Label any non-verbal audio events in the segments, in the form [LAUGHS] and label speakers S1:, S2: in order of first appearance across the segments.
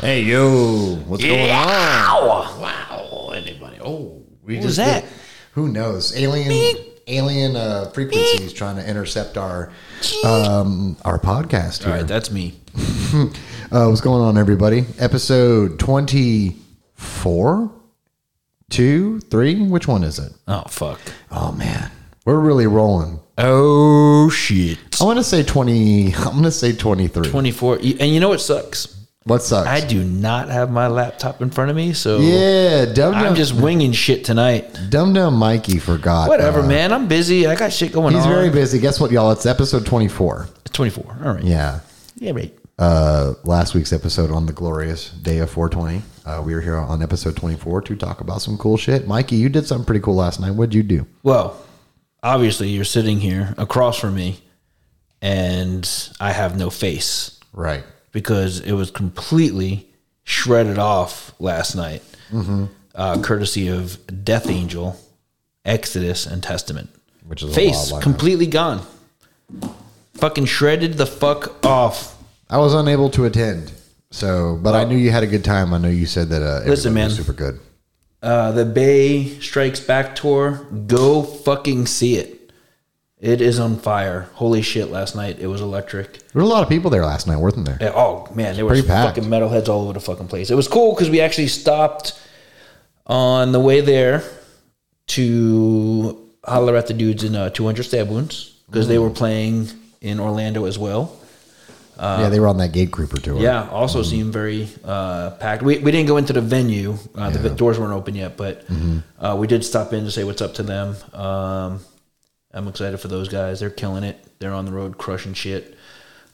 S1: Hey yo, what's going on?
S2: Wow. Anybody? Oh,
S1: We
S2: was
S1: did-
S2: that?
S1: who knows? Alien alien uh, frequencies trying to intercept our um, our podcast
S2: all
S1: here.
S2: right. That's me.
S1: Uh, what's going on, everybody? Episode twenty four, two, three. Which one is it?
S2: Oh fuck.
S1: Oh man, we're really rolling.
S2: Oh shit.
S1: I want to say twenty. [LAUGHS] I'm going to say twenty three.
S2: Twenty four. And you know what sucks?
S1: What sucks?
S2: I do not have my laptop in front of me, so
S1: yeah, dumb
S2: I'm
S1: dumb,
S2: just winging shit tonight.
S1: dumb dumb Mikey forgot.
S2: Whatever,
S1: uh,
S2: man. I'm busy. I got shit going
S1: He's
S2: on.
S1: very busy. Guess what, y'all? It's episode twenty four.
S2: Twenty four. All right.
S1: Yeah.
S2: Yeah. Right.
S1: uh, last week's episode on the glorious day of 420. Uh, we are here on episode 24 to talk about some cool shit. Mikey, you did something pretty cool last night. What'd you do?
S2: Well, obviously you're sitting here across from me, and I have no face.
S1: Right.
S2: because it was completely shredded off last night, uh, courtesy of Death Angel, Exodus, and Testament.
S1: Which is a
S2: Face
S1: wild lineup.
S2: completely gone. Fucking shredded the fuck off.
S1: I was unable to attend. So, but I knew you had a good time. I know you said that uh,
S2: Listen,
S1: everybody was
S2: man.
S1: super good.
S2: Uh, the Bay Strikes Back tour. Go fucking see it. It is on fire. Holy shit! Last night it was electric.
S1: There were a lot of people there last night, weren't there?
S2: Yeah, Oh man, there was
S1: Pretty packed.
S2: fucking metalheads all over the fucking place. It was cool because we actually stopped on the way there to holler at the dudes in uh, 200 stab wounds because
S1: Mm.
S2: they were playing in Orlando as well.
S1: yeah, they were on that gate creeper tour.
S2: Uh, Yeah, also seemed very uh, packed. We, we didn't go into the venue; uh, the doors weren't open yet, but uh, we did stop in to say what's up to them. Um, I'm excited for those guys. They're killing it. They're on the road crushing shit.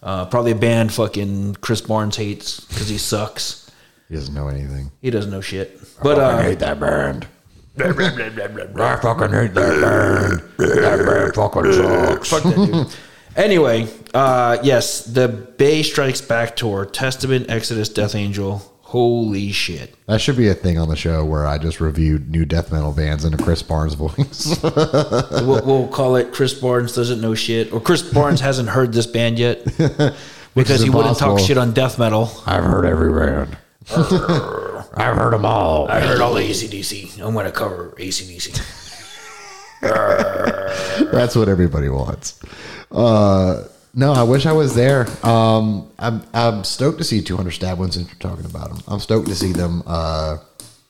S2: Uh, probably a band fucking Chris Barnes hates because he sucks.
S1: He doesn't know anything.
S2: He doesn't know shit. But uh,
S1: that band. I fucking hate that band. That band fucking sucks.
S2: fuck that dude. Anyway, uh, yes, the Bay Strikes Back tour, Testament, Exodus, Death Angel. Holy shit!
S1: That should be a thing on the show where I just reviewed new death metal bands in a Chris Barnes [LAUGHS] voice.
S2: we'll, we'll call it Chris Barnes doesn't know shit, or Chris Barnes hasn't heard this band
S1: [LAUGHS]
S2: yet because
S1: is
S2: he wouldn't talk
S1: impossible.
S2: shit on death metal.
S1: I've heard every band. I've heard them all.
S2: I heard all the ACDC. I'm going to cover ACDC.
S1: That's what everybody wants. Uh, no, I wish I was there. Um, I'm, I'm stoked to see 200 stab ones since we're talking about them. I'm stoked to see them. Uh,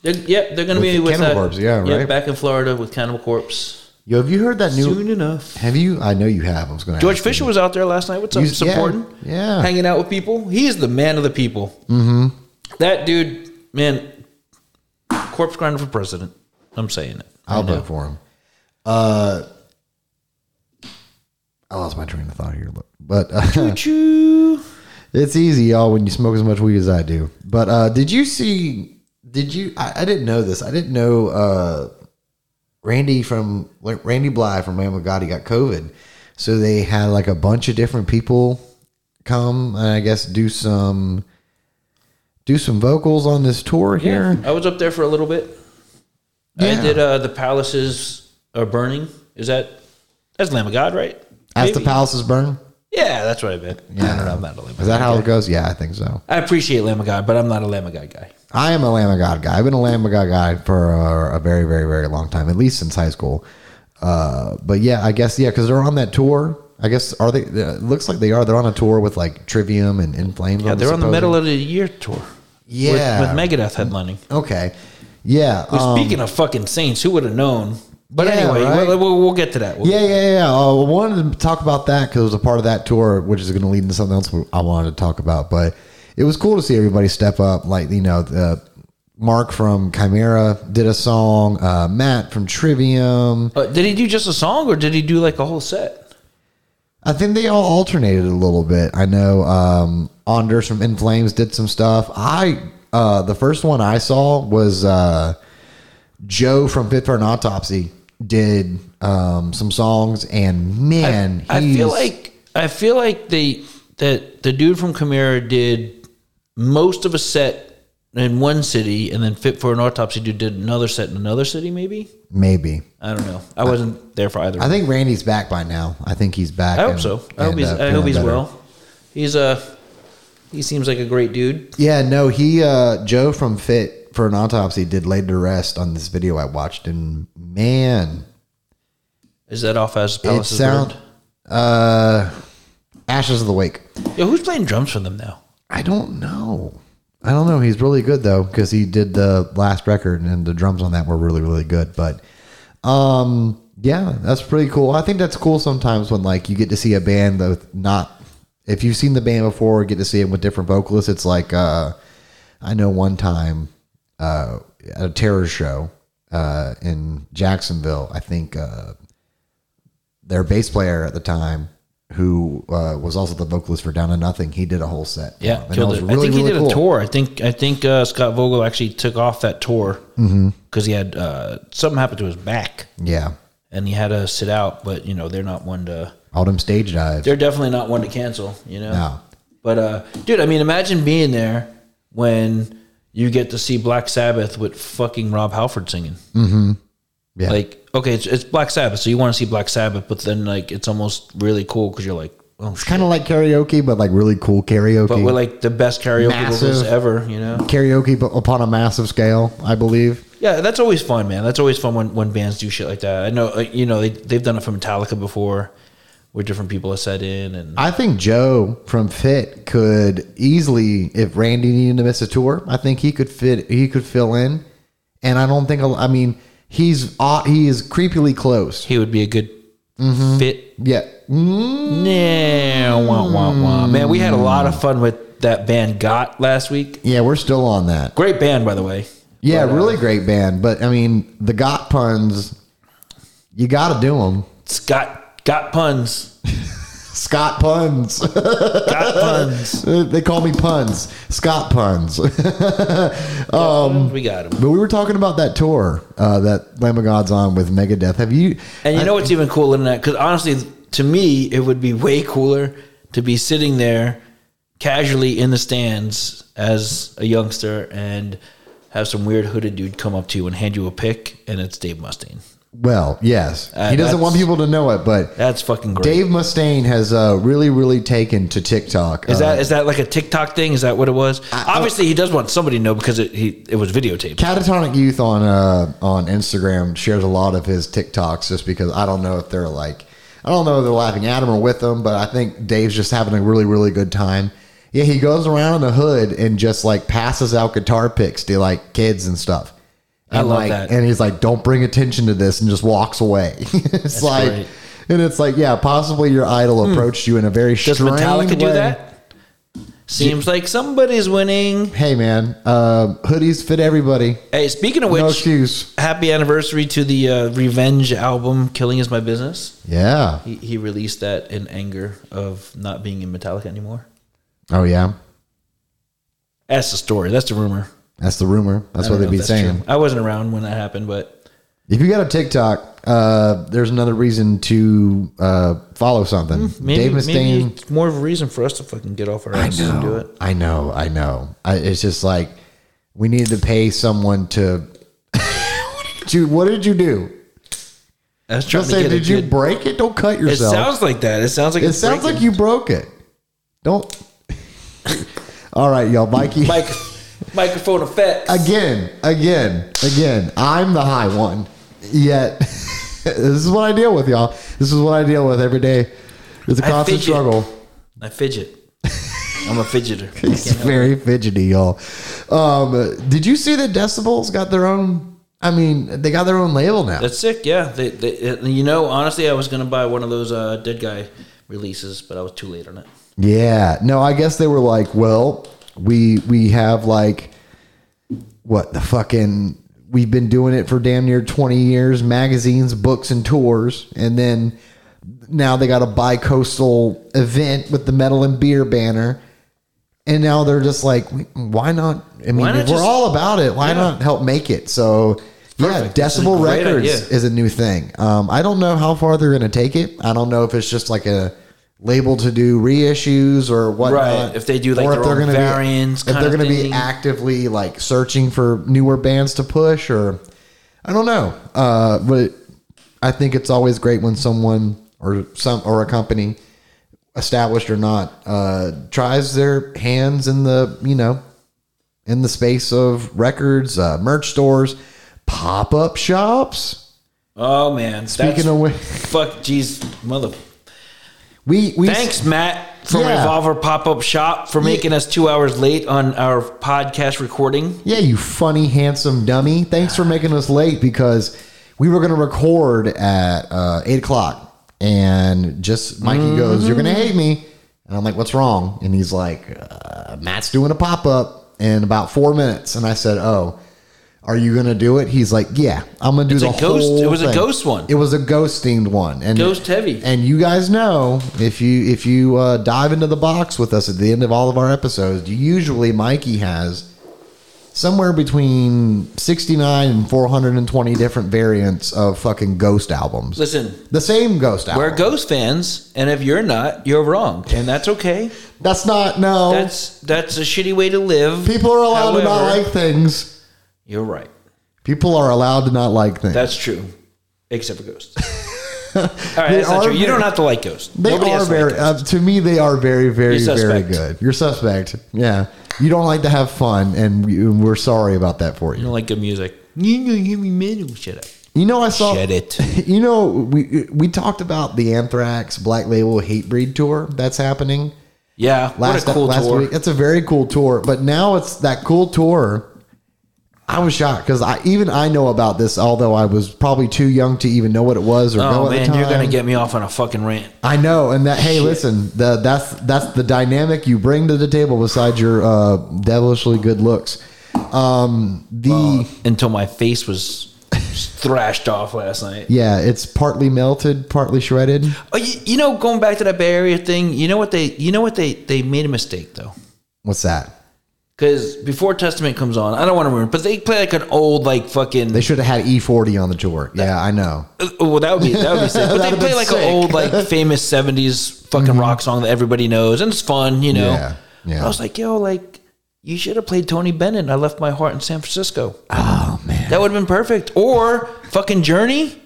S2: They're, yep, they're going to
S1: With
S2: be
S1: the
S2: with
S1: Cannibal
S2: uh,
S1: Corpse, yeah, right.
S2: Back in Florida with Cannibal Corpse
S1: yo, have you heard that new?
S2: soon enough.
S1: Have you? I know you have. I was going to.
S2: George Fisher was out there last night. What's up?
S1: He's- yeah,
S2: Supporting,
S1: yeah.
S2: hanging out with people. He is the man of the people. Mm-hmm. That dude, man, corpse grinder for president. I'm saying it.
S1: I'll vote for him. Uh, I lost my train of thought here, but [LAUGHS] uh,
S2: Choo.
S1: It's easy, y'all, when you smoke as much weed as I do. But uh, did you see? Did you? I, I didn't know this. I didn't know uh, Randy from like, Randy Bly from Lamb of God. He got COVID, so they had like a bunch of different people come and I guess do some do some vocals on this tour here.
S2: I was up there for a little bit.
S1: Yeah.
S2: I did uh, the palaces are burning. Is that that's Lamb of God, right?
S1: As
S2: Maybe.
S1: the palaces burn,
S2: yeah, that's what I meant. I don't know. I'm not a Lamb. Of God.
S1: is that how it goes? Yeah, I think so.
S2: I appreciate Lamb of God, but I'm not a Lamb of God guy.
S1: I am a Lamb of God guy. I've been a Lamb of God guy for uh, a very, very, very long time, at least since high school. Uh, but yeah, I guess yeah, because they're on that tour. I guess are they? uh, It looks like they are. They're on a tour with like Trivium and In Flames.
S2: Yeah, they're on the middle of the year tour.
S1: Yeah.
S2: with, with Megadeth headlining.
S1: Okay. Yeah. um,
S2: Speaking of fucking saints, who would have known? But
S1: Yeah,
S2: anyway,
S1: right?
S2: we'll, we'll, we'll get to that. We'll-
S1: yeah, yeah, yeah. Uh, I wanted to talk about that because it was a part of that tour, which is going to lead into something else I wanted to talk about. But it was cool to see everybody step up. Like you know, the, Mark from Chimera did a song. Uh, Matt from Trivium.
S2: Uh, did he do just a song, or did he do like a whole set?
S1: I think they all alternated a little bit. I know um, Anders from In Flames did some stuff. I uh, the first one I saw was uh, Joe from Fit for an Autopsy did um, some songs, and man,
S2: I feel
S1: he's-
S2: like I feel like they that the dude from Chimera did most of a set in one city, and then Fit for an Autopsy dude did another set in another city. Maybe
S1: maybe.
S2: I don't know. I wasn't there for either.
S1: I think Randy's back by now. I think he's back.
S2: I hope
S1: and-
S2: so. I hope
S1: and,
S2: he's
S1: uh,
S2: I hope
S1: feeling
S2: he's
S1: better.
S2: well. He's uh He seems like a great dude.
S1: Yeah, no, he uh Joe from Fit for an autopsy did laid to rest on this video I watched, and man,
S2: Is that off as
S1: it
S2: Palace is
S1: sound
S2: Burned?
S1: uh ashes of the wake.
S2: Yo, who's playing drums for them now?
S1: I don't know. I don't know. He's really good though because he did the last record and the drums on that were really really good. But um, yeah, that's pretty cool. I think that's cool sometimes when like you get to see a band though not if you've seen the band before or get to see them with different vocalists. It's like uh, I know one time uh, at a terror show uh, in Jacksonville. I think uh, their bass player at the time. Who uh, was also the vocalist for Down to Nothing? He did a whole set. for
S2: Yeah,
S1: them, and
S2: killed
S1: that
S2: it.
S1: was
S2: I think he
S1: really
S2: did
S1: cool.
S2: a tour. I think I think uh, Scott Vogel actually took off that tour because
S1: Mm-hmm.
S2: he had uh, something happened to his back
S1: Yeah.
S2: and he had to sit out. But you know they're not one to
S1: All them stage dives.
S2: they're definitely not one to cancel. You know.
S1: No.
S2: But uh, dude, I mean, imagine being there when you get to see Black Sabbath with fucking Rob Halford singing.
S1: Mm-hmm. Yeah.
S2: Like, okay, it's, it's Black Sabbath, so you want to see Black Sabbath, but then like it's almost really cool because you're like, oh, shit.
S1: kind of like karaoke, but like really cool karaoke.
S2: but we're like the best karaoke vocals
S1: Massive.
S2: ever, you know?
S1: karaoke, but upon a massive scale, I believe.
S2: Yeah, that's always fun, man. That's always fun when, when bands do shit like that. I know, uh, you know, they, they've done it for Metallica before, where different people have set in, and
S1: I think Joe from Fit could easily, if Randy needed to miss a tour, I think he could fit. He could fill in, and I don't think. I mean, he's aw- he is creepily close.
S2: he would be a good fit
S1: Yeah. Mm,
S2: Nah, wah, wah, wah. Man, we had a lot of fun with that band Got last week.
S1: Yeah, we're still on that.
S2: Great band, by the way.
S1: Yeah, really great band, but I mean, the got puns, you got to do them.
S2: Scott Got Puns.
S1: Scott puns. [LAUGHS]
S2: Got Puns.
S1: Uh, they call me puns, Scott puns. but
S2: Um, we got him.
S1: we were talking about that tour uh, that Lamb of God's on with Megadeth. Have you?
S2: And you know what's even cooler than that? Because honestly, to me, it would be way cooler to be sitting there casually in the stands as a youngster and have some weird hooded dude come up to you and hand you a pick, and it's Dave Mustaine.
S1: Well, yes,
S2: Uh,
S1: he doesn't
S2: that's-
S1: want people to know it, but
S2: That's fucking great.
S1: Dave Mustaine has uh, really, really taken to TikTok.
S2: Is
S1: Uh,
S2: that is that like a TikTok thing? Is that what it was? Obviously, he does want somebody to know because it he it was videotaped.
S1: Catatonic Youth on uh, on Instagram shares a lot of his TikToks just because I don't know if they're like I don't know if they're laughing at him or with him, but I think Dave's just having a really really good time. Yeah, he goes around in the hood and just like passes out guitar picks to like kids and stuff.
S2: I
S1: And,
S2: love
S1: like,
S2: that.
S1: And he's like, "Don't bring attention to this," and just walks away. [LAUGHS] it's like,
S2: great. Hmm.
S1: and it's like, yeah, possibly your idol approached you in a very
S2: Does
S1: strange
S2: Metallica do
S1: way.
S2: that? Seems like somebody's winning.
S1: Hey man, uh, hoodies fit everybody.
S2: Hey, speaking of which,
S1: No excuse.
S2: happy anniversary to the uh, Revenge album, "Killing Is My Business."
S1: Yeah.
S2: He, he released that in anger of not being in Metallica anymore.
S1: Oh yeah.
S2: That's the story. That's the rumor.
S1: That's the rumor. That's
S2: I don't
S1: what
S2: know
S1: they'd
S2: if
S1: be
S2: that's
S1: saying.
S2: true. I wasn't around when that happened, but
S1: If you got a TikTok, uh, there's another reason to uh, follow something.
S2: Hmm, maybe,
S1: Dave Mustaine.
S2: maybe it's more of a reason for us to fucking get off our
S1: I
S2: asses and do it.
S1: know. I know. I know. I, it's just like we need to pay someone to. [LAUGHS] Dude, what did you do?
S2: I was trying
S1: Just
S2: to
S1: say,
S2: get
S1: did
S2: a
S1: you
S2: good-
S1: break it? Don't cut
S2: It
S1: yourself.
S2: sounds like that. It sounds like
S1: It
S2: it's
S1: sounds
S2: breaking.
S1: like you broke it. Don't. [LAUGHS] All right,
S2: [LAUGHS]
S1: y'all. Mikey.
S2: Mic- microphone effects.
S1: again, again, again. I'm the high one. Yet, [LAUGHS] this is what I deal with, y'all. This is what I deal with every day. It's a
S2: I
S1: constant
S2: fidget.
S1: struggle.
S2: I fidget. I'm a fidgeter.
S1: It's very fidgety, y'all. Um, did you see that Decibels got their own? I mean, they got their own label now.
S2: That's sick. Yeah. They, they, it- you know, honestly, I was gonna buy one of those uh, Dead Guy releases, but I was too late on it.
S1: Yeah. No, I guess they were like, well, we we have like what the fucking we've been doing it for damn near 20 years, magazines, books and tours, and then now they got a bi-coastal event with the metal and beer banner. And now they're just like, we- why not? I mean,
S2: Why not
S1: if we're
S2: just-
S1: all about it, why not help make it? So,
S2: Perfect.
S1: yeah,
S2: This is a
S1: Decibel
S2: great
S1: Records
S2: idea.
S1: is a new thing. Um, I don't know how far they're going to take it. I don't know if it's just like a label to do reissues or whatnot.
S2: Right, if they do, like,
S1: Or
S2: their own
S1: gonna be-
S2: variants
S1: if
S2: kind
S1: they're
S2: of
S1: going to be
S2: thing.
S1: actively like searching for newer bands to push, or I don't know. Uh, but I think it's always great when someone or some or a company established or not, uh, tries their hands in the you know in the space of records, uh, merch stores, pop up shops.
S2: Oh man,
S1: Speaking of which,
S2: fuck, jeez, mother.
S1: we we
S2: Thanks, Matt, from
S1: Yeah.
S2: Revolver Pop Up Shop for making us two hours late on our podcast recording.
S1: Yeah, you funny, handsome dummy. Thanks for making us late because we were going to record at uh, 8 o'clock. And just Mikey
S2: Mm-hmm.
S1: goes, You're going to hate me. And I'm like, What's wrong? And he's like, uh, Matt's doing a pop up in about four minutes. And I said, Oh, are you going to do it? He's like, Yeah, I'm going to do
S2: It's
S1: the
S2: a ghost-
S1: whole
S2: it was a
S1: thing."
S2: ghost one.
S1: It was a ghost themed one. And
S2: Ghost heavy.
S1: and you guys know if you if you uh, dive into the box with us at the end of all of our episodes, usually Mikey has somewhere between sixty nine and four hundred and twenty different variants of fucking ghost albums.
S2: Listen,
S1: the same ghost album.
S2: we're Ghost fans, and if you're not, you're wrong, and that's okay.
S1: that's not no.
S2: That's that's a shitty way to live.
S1: Oh. People are allowed to not
S2: However,
S1: like things.
S2: You're right.
S1: People are allowed to not like things.
S2: That's true, except for ghosts.
S1: [LAUGHS]
S2: All right,
S1: They
S2: that's not
S1: are
S2: true. You
S1: very-
S2: don't have to like ghosts.
S1: They
S2: Nobody
S1: are
S2: has to like
S1: very
S2: ghosts.
S1: uh, to me. They are very, very,
S2: You're
S1: very
S2: suspect.
S1: good. You're suspect. Yeah, you don't like to have fun, and we- and we're sorry about that for you.
S2: You don't like good music. You know, you mean shut up.
S1: You know, I saw.
S2: Shed it.
S1: [LAUGHS] You know, we we talked about the Anthrax Black Label Hate Breed tour that's happening
S2: Yeah,
S1: last
S2: what a cool
S1: last
S2: tour.
S1: week. It's a very cool tour, but now it's that cool tour. I was shocked because I even I know about this, although I was probably too young to even know what it was or
S2: Oh
S1: know at the
S2: man,
S1: time.
S2: you're gonna get me off on a fucking rant.
S1: I know, and that hey, listen, the, that's that's the dynamic you bring to the table besides your uh, devilishly good looks. Um, the
S2: until my face was thrashed off last
S1: [LAUGHS]
S2: night.
S1: yeah, it's partly melted, partly shredded.
S2: Oh, you, you know, going back to that Bay Area thing, you know what they, you know what they, they made a mistake though,
S1: What's that?
S2: because before Testament comes on, I don't want to ruin, it, but they play like an old like fucking.
S1: They should have had E40 on the tour. Yeah, I know.
S2: Uh, well, that would be that would be
S1: [LAUGHS]
S2: sick. But they
S1: That'd
S2: play
S1: be
S2: like
S1: sick. Mm-hmm.
S2: an old like famous '70s fucking rock song that everybody knows, and it's fun, you know.
S1: Yeah, yeah.
S2: I was like, yo, like you should have played Tony Bennett. I left my heart in San Francisco.
S1: Oh man,
S2: That would have been perfect. Or fucking Journey.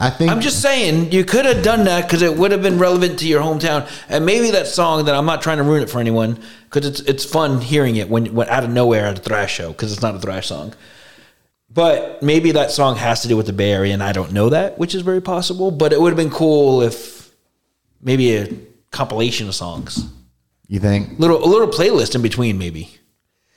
S1: I think
S2: I'm just saying you could have done that because it would have been relevant to your hometown, and maybe that song that I'm not trying to ruin it for anyone because it's it's fun hearing it when, when out of nowhere at a thrash show because it's not a thrash song. But maybe that song has to do with the Bay Area, and I don't know that, which is very possible. But it would have been cool if maybe a compilation of songs,
S1: you think
S2: little a little playlist in between, maybe.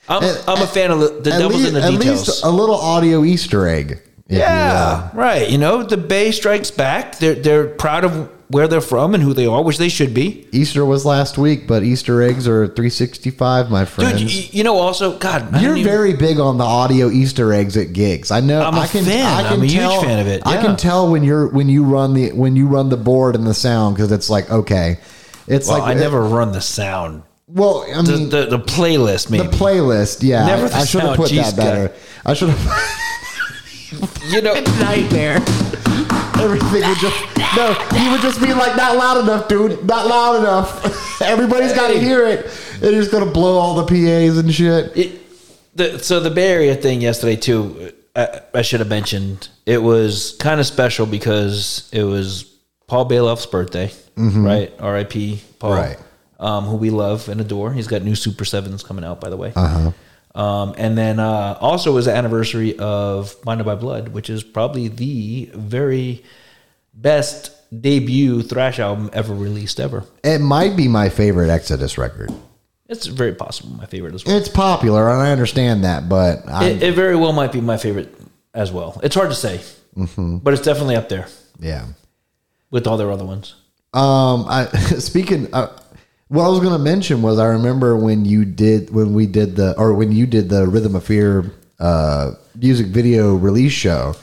S2: I'm,
S1: At-
S2: I'm a fan of the, the
S1: at,
S2: Devils
S1: least,
S2: in the
S1: at
S2: Details.
S1: least a little audio Easter egg. if you uh, will.
S2: Yeah, right. You know, the Bay strikes back. They're they're proud of where they're from and who they are, which they should be.
S1: Easter was last week, but Easter eggs are 365, my
S2: Dude,
S1: friend.
S2: you, you know, also, God, I
S1: You're
S2: don't even-
S1: very big on the audio Easter eggs at gigs. I know.
S2: I'm a
S1: I can,
S2: fan.
S1: I can
S2: I'm a huge
S1: tell,
S2: fan of it.
S1: I
S2: Yeah.
S1: can tell when you're when you run the when you run the board and the sound because it's like okay, it's
S2: Well,
S1: like
S2: I never run the sound.
S1: Well, I
S2: The,
S1: mean the,
S2: the, the playlist, maybe.
S1: playlist. Yeah,
S2: Never
S1: I,
S2: the
S1: I should have
S2: sound,
S1: put
S2: jeez,
S1: that better. I should have.
S2: you know,
S1: nightmare. Everything would just no. He would just be like, not loud enough, dude. Not loud enough. [LAUGHS] Everybody's got to hear it, and he's gonna blow all the PA's and shit.
S2: it, the, so the Bay Area thing yesterday, too, I, I should have mentioned. It was kind of special because it was Paul Bailoff's birthday, right? R.I.P. Paul,
S1: Right.
S2: um, who we love and adore. He's got new Super 7s coming out, by the way. Uh-huh. Um, and then uh, also was the anniversary of Minded by Blood, which is probably the very best debut thrash album ever released ever.
S1: It might be my favorite Exodus record.
S2: It's very possible my favorite as well.
S1: It's popular, and I understand that, but I,
S2: It, it very well might be my favorite as well. It's hard to say,
S1: Mm-hmm.
S2: but it's definitely up there
S1: yeah.
S2: with all their other ones.
S1: Um, I [LAUGHS] speaking. Uh, what I was going to mention was I remember when you did when we did the or when you did the Rhythm of Fear uh, music video release show,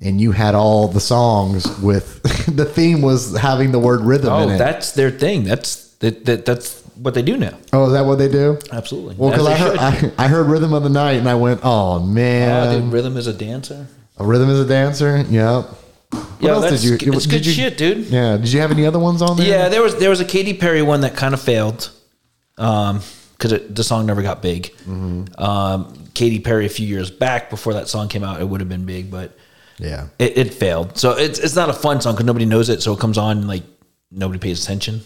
S1: and you had all the songs with [LAUGHS] the theme was having the word rhythm
S2: Oh,
S1: in it.
S2: that's their thing. That's that, that that's what they do now.
S1: oh, is that what they do?
S2: Absolutely.
S1: Well,
S2: As
S1: because
S2: they
S1: I heard
S2: should.
S1: I, I heard Rhythm of the Night and I went, oh
S2: Ah,
S1: man,
S2: dude, rhythm is a dancer.
S1: a rhythm is a dancer. Yep. What
S2: Yeah,
S1: else
S2: that's
S1: did you?
S2: good- that's
S1: did
S2: good
S1: you-
S2: shit, dude.
S1: Yeah. Did you have any other ones on there?
S2: Yeah, there was there was a Katy Perry one that kind of failed, um, because the song never got big.
S1: Mm-hmm.
S2: Um, Katy Perry a few years back before that song came out, it would have been big, but
S1: Yeah.
S2: it, it failed. So it's it's not a fun song because nobody knows it. So it comes on like nobody pays attention.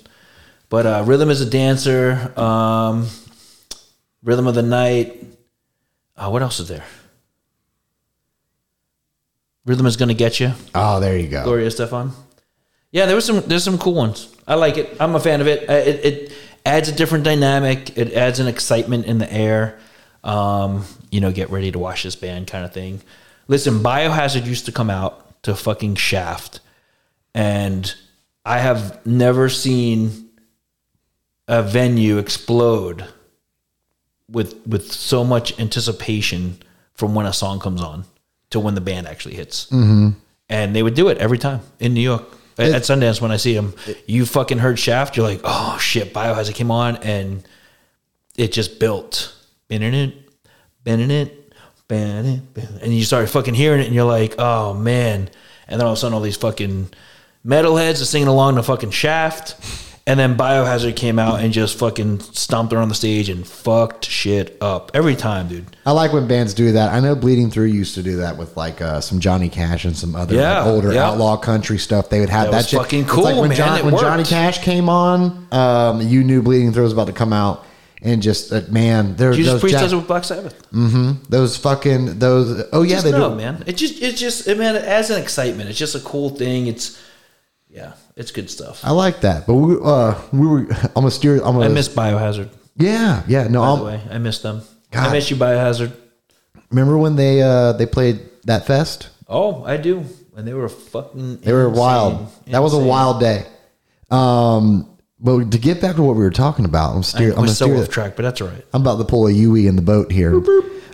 S2: But uh, Rhythm is a dancer. Um, Rhythm of the Night. Uh, what else is there? Rhythm is gonna get you.
S1: Oh, there you go.
S2: Gloria Stefan. Yeah, there was some. There's some cool ones. I like it. I'm a fan of it. Uh, It, it adds a different dynamic. It adds an excitement in the air. Um, you know, get ready to watch this band kind of thing. Listen, Biohazard used to come out to fucking Shaft, and I have never seen a venue explode with with so much anticipation from when a song comes on to when the band actually hits. Mm-hmm. And they would do it every time in New York at, at Sundance when I see them. you fucking heard Shaft, you're like, oh shit, Biohazard came on and it just built. Been in it, been in it, been in it, been- and you start fucking hearing it and you're like, oh man. And then all of a sudden all these fucking metalheads are singing along to fucking Shaft. And then Biohazard came out and just fucking stomped around the stage and fucked shit up every time, dude.
S1: I like when bands do that. I know Bleeding Through used to do that with like uh, some Johnny Cash and some other like,
S2: Yeah,
S1: older
S2: yeah.
S1: outlaw country stuff. They would have
S2: That
S1: that,
S2: was
S1: shit.
S2: fucking
S1: It's
S2: cool,
S1: like when,
S2: man. It
S1: when
S2: worked.
S1: Johnny Cash came on, um, you knew Bleeding Through was about to come out, and just uh, man, there,
S2: Jesus
S1: those
S2: Priest
S1: Jack-
S2: does it with Black Sabbath.
S1: those fucking those. Oh yeah,
S2: just
S1: they
S2: no,
S1: do.
S2: man. It just it just it, man. It adds an excitement. It's just a cool thing. It's yeah, it's good stuff. I,
S1: I like that. But we uh, we were almost steer. Almost,
S2: miss Biohazard.
S1: Yeah, yeah. No,
S2: By
S1: I'll-
S2: the way, I miss them. I
S1: Oh. God.
S2: miss you, Biohazard.
S1: remember when they uh they played that fest?
S2: Oh, I do. And they were fucking.
S1: They were wild. That was a wild day. Um, but to get back to what we were talking about, I'm steer. I'm
S2: I'm
S1: gonna
S2: so
S1: steer-
S2: off track, but that's all right.
S1: I'm about to pull a Yui in the boat here.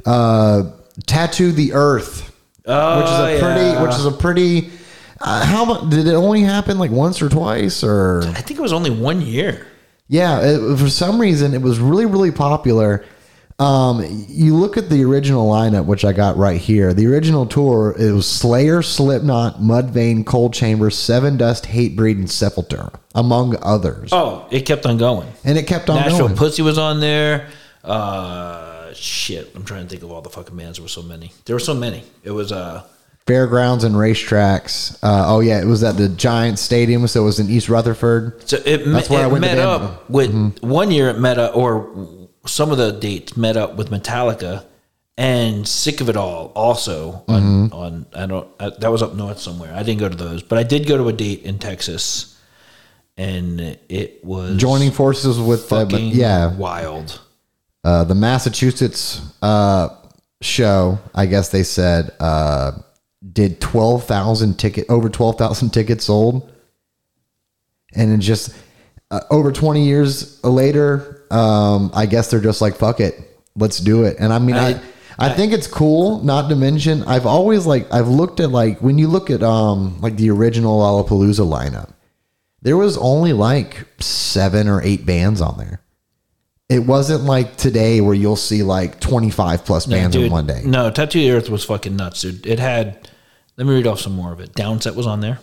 S1: Uh, tattoo the Earth,
S2: Oh,
S1: which is a pretty, which is a pretty. Uh, how mu- did it only happen like once or twice or?
S2: I think it was only one year.
S1: Yeah, it, for some reason it was really really popular. Um, you look at the original lineup, which I got right here. The original tour it was Slayer, Slipknot, Mudvayne, Cold Chamber, Seven Dust, Hatebreed, and Sepultura, among others.
S2: Oh, it kept on going.
S1: and it kept on
S2: Nashville
S1: going.
S2: Pussy was on there. Uh, shit, I'm trying to think of all the fucking bands. There were so many. There were so many. It was uh.
S1: Fairgrounds and racetracks. Uh, oh yeah, it was at the Giant Stadium, so it was in East Rutherford.
S2: So it,
S1: That's
S2: me-
S1: where I
S2: it
S1: went to Mm-hmm.
S2: met
S1: the end.
S2: up with one year it met up, or some of the dates met up with Metallica and Sick of It All also on,
S1: Mm-hmm.
S2: on I don't I, that was up north somewhere. I didn't go to those, but I did go to a date in Texas, and it was
S1: Joining forces with the
S2: fucking
S1: yeah
S2: wild.
S1: uh, the Massachusetts uh, show, I guess they said, uh, did twelve thousand ticket over twelve thousand tickets sold, and in just uh, over twenty years later, um, I guess they're just like fuck it, let's do it. And I mean, I,
S2: I-
S1: I, think it's cool. Not to mention, I've always like I've looked at like when you look at um like the original Lollapalooza lineup, there was only like seven or eight bands on there. It wasn't like today where you'll see like 25 plus bands in
S2: Dude,
S1: one day.
S2: No, Tattoo the Earth was fucking nuts, dude. It had. Let me read off some more of it. Downset was on there.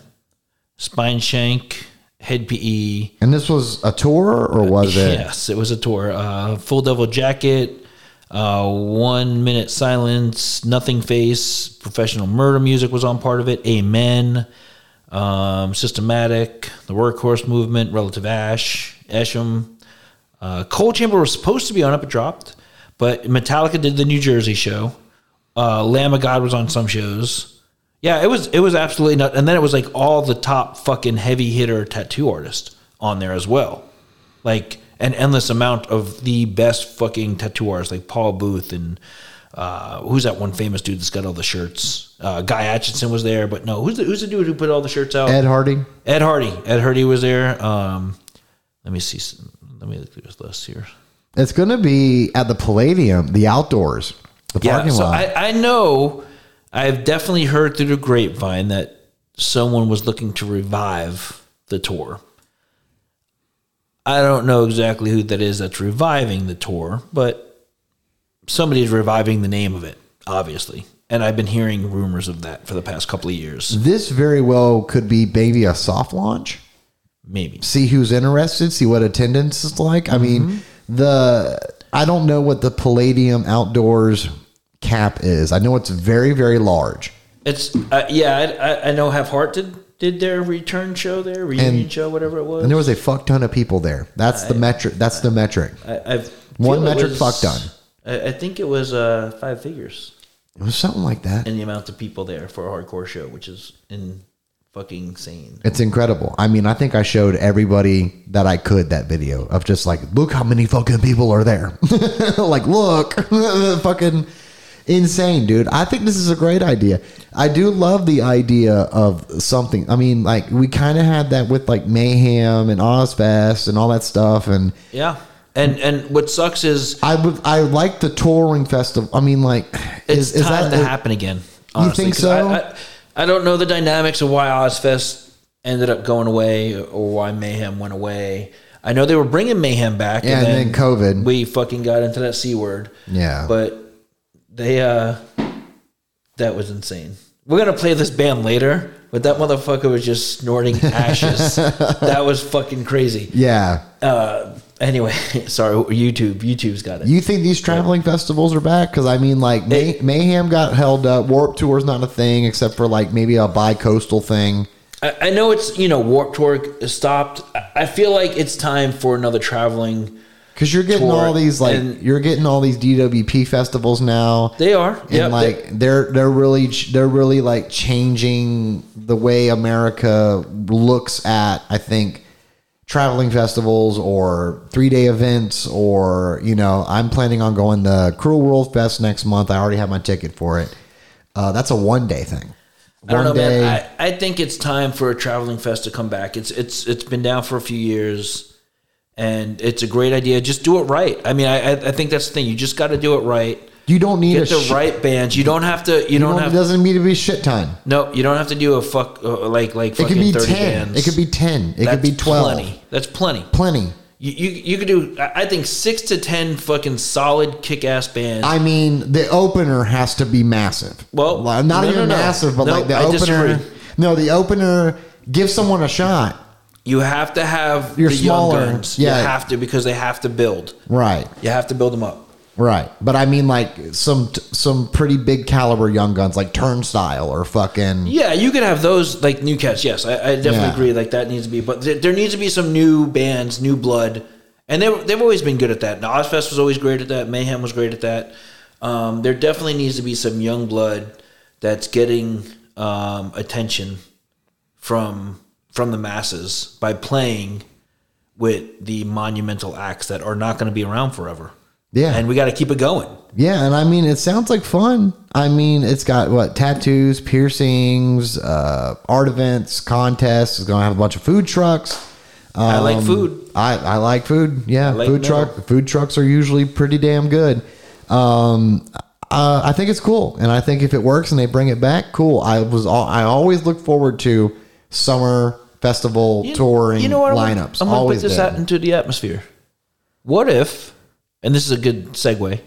S2: Spine Shank, Head E, PE,
S1: And this was a tour or was it?
S2: Yes, it was a tour. Uh, Full Devil Jacket, uh, One Minute Silence, Nothing Face, Professional Murder Music was on part of it. Amen, um, Systematic, The Workhorse Movement, Relative Ash, Esham. Uh, Cold Chamber was supposed to be on it, but dropped. But Metallica did the New Jersey show. Uh, Lamb of God was on some shows. Yeah, it was it was absolutely nut. And then it was like all the top fucking heavy hitter tattoo artists on there as well like an endless amount of the best fucking tattoo artists, like Paul Booth and uh, who's that one famous dude that's got all the shirts? Uh, Guy Atchison was there, but no, who's the who's the dude who put all the shirts out?
S1: Ed Hardy?
S2: Ed Hardy. Ed Hardy was there. Um, let me see. some- Let me look at this list here.
S1: It's going to be at the Palladium, the outdoors, the
S2: Yeah,
S1: parking
S2: so
S1: lot.
S2: I, I know I've definitely heard through the grapevine that someone was looking to revive the tour. I don't know exactly who that is that's reviving the tour, but somebody's reviving the name of it, obviously. And I've been hearing rumors of that for the past couple of years.
S1: this very well could be maybe a soft launch.
S2: Maybe.
S1: see who's interested, see what attendance is like. I mean,
S2: Mm-hmm.
S1: the I don't know what the Palladium outdoors cap is. I know it's very very large.
S2: It's, uh, yeah, I, I, I know Half Heart did did their return show there, reunion
S1: And-
S2: show, whatever it was.
S1: And there was a fuck ton of people there. That's the metric. That's the metric.
S2: I, I've
S1: One metric fuck done.
S2: I, I think it was uh, five figures
S1: It was something like that.
S2: in the amount of people there for a hardcore show, which is in fucking insane.
S1: It's incredible. I mean, I think I showed everybody that I could that video of just like, look how many fucking people are there. [LAUGHS] like, look, [LAUGHS] fucking insane, dude. I think this is a great idea. I do love the idea of something. I mean, like we kind of had that with like Mayhem and Ozfest and all that stuff, and
S2: Yeah, and and what sucks is
S1: I would I like the touring festival. I mean, like,
S2: it's time to
S1: is-
S2: happen again. Honestly,
S1: think
S2: 'cause I-
S1: so?
S2: I, I, don't know the dynamics of why Ozfest ended up going away or why Mayhem went away. I know they were bringing Mayhem back,
S1: Yeah, and then COVID.
S2: We fucking got into that c word.
S1: Yeah.
S2: but they uh, that was insane. We're gonna play this band later, but that motherfucker was just
S1: [LAUGHS]
S2: snorting ashes. that was fucking crazy.
S1: yeah.
S2: Uh, anyway, [LAUGHS] sorry, YouTube. YouTube's got it.
S1: You think these traveling festivals are back? Because I mean, like May- Mayhem got held up. Warp Tour's not a thing except for like maybe a bi-coastal thing.
S2: I, I know it's you know Warp Tour is stopped. I- I feel like it's time for another traveling.
S1: Because you're getting
S2: Tour
S1: all these like
S2: and-
S1: you're getting all these DWP festivals now.
S2: They are
S1: and
S2: yeah.
S1: like they're they're really ch- they're really like changing the way America looks at I think traveling festivals or three day events or you know I'm planning on going to Cruel World Fest next month. I already have my ticket for it. Uh, that's a one day thing.
S2: I don't
S1: One
S2: know,
S1: day.
S2: man. I, I think it's time for a traveling fest to come back. It's it's it's been down for a few years, and it's a great idea. Just do it right. I mean, I I I think that's the thing. You just got to do it right.
S1: You don't need a
S2: Get the
S1: shit,
S2: right bands. You don't have to. You,
S1: you
S2: don't,
S1: don't-
S2: have
S1: it doesn't need to be shit ton.
S2: no. You don't have to do a fuck uh, like like
S1: It
S2: fucking
S1: could be
S2: thirty
S1: ten.
S2: bands.
S1: It could be ten. It
S2: That's
S1: could be twelve.
S2: Plenty. That's plenty.
S1: Plenty.
S2: You, you you could do I I think six to ten fucking solid kick ass bands.
S1: I mean, the opener has to be massive.
S2: Well,
S1: Like, not
S2: no,
S1: even
S2: no, no.
S1: massive, but
S2: No,
S1: like the
S2: I
S1: opener.
S2: disagree.
S1: No, the opener. Give someone a shot.
S2: you have to have
S1: You're
S2: the
S1: smaller,
S2: young guns.
S1: yeah.
S2: You have to because they have to build.
S1: Right.
S2: You have to build them up.
S1: Right. But I mean, like some some pretty big caliber young guns, like Turnstile or fucking.
S2: Yeah, you could have those like new cats. Yes, I, I definitely
S1: Yeah.
S2: agree. Like that needs to be, but there, there needs to be some new bands, new blood, and they they've always been good at that. Now, Ozfest was always great at that. Mayhem was great at that. Um, there definitely needs to be some young blood that's getting um, attention from from the masses by playing with the monumental acts that are not going to be around forever.
S1: Yeah.
S2: and we got to keep it going.
S1: Yeah, and I mean, it sounds like fun. I mean, it's got what tattoos, piercings, uh, art events, contests. It's gonna have a bunch of food trucks.
S2: I like
S1: Um,
S2: food.
S1: I, I like food. Yeah,
S2: like
S1: food
S2: metal.
S1: truck. Food trucks are usually pretty damn good. Um, uh, I think it's cool, and I think if it works and they bring it back, cool. I was all, I always look forward to summer festival touring
S2: what? I'm gonna-
S1: lineups.
S2: I'm gonna
S1: always
S2: put this
S1: did.
S2: out into the atmosphere. What if? And this is a good segue.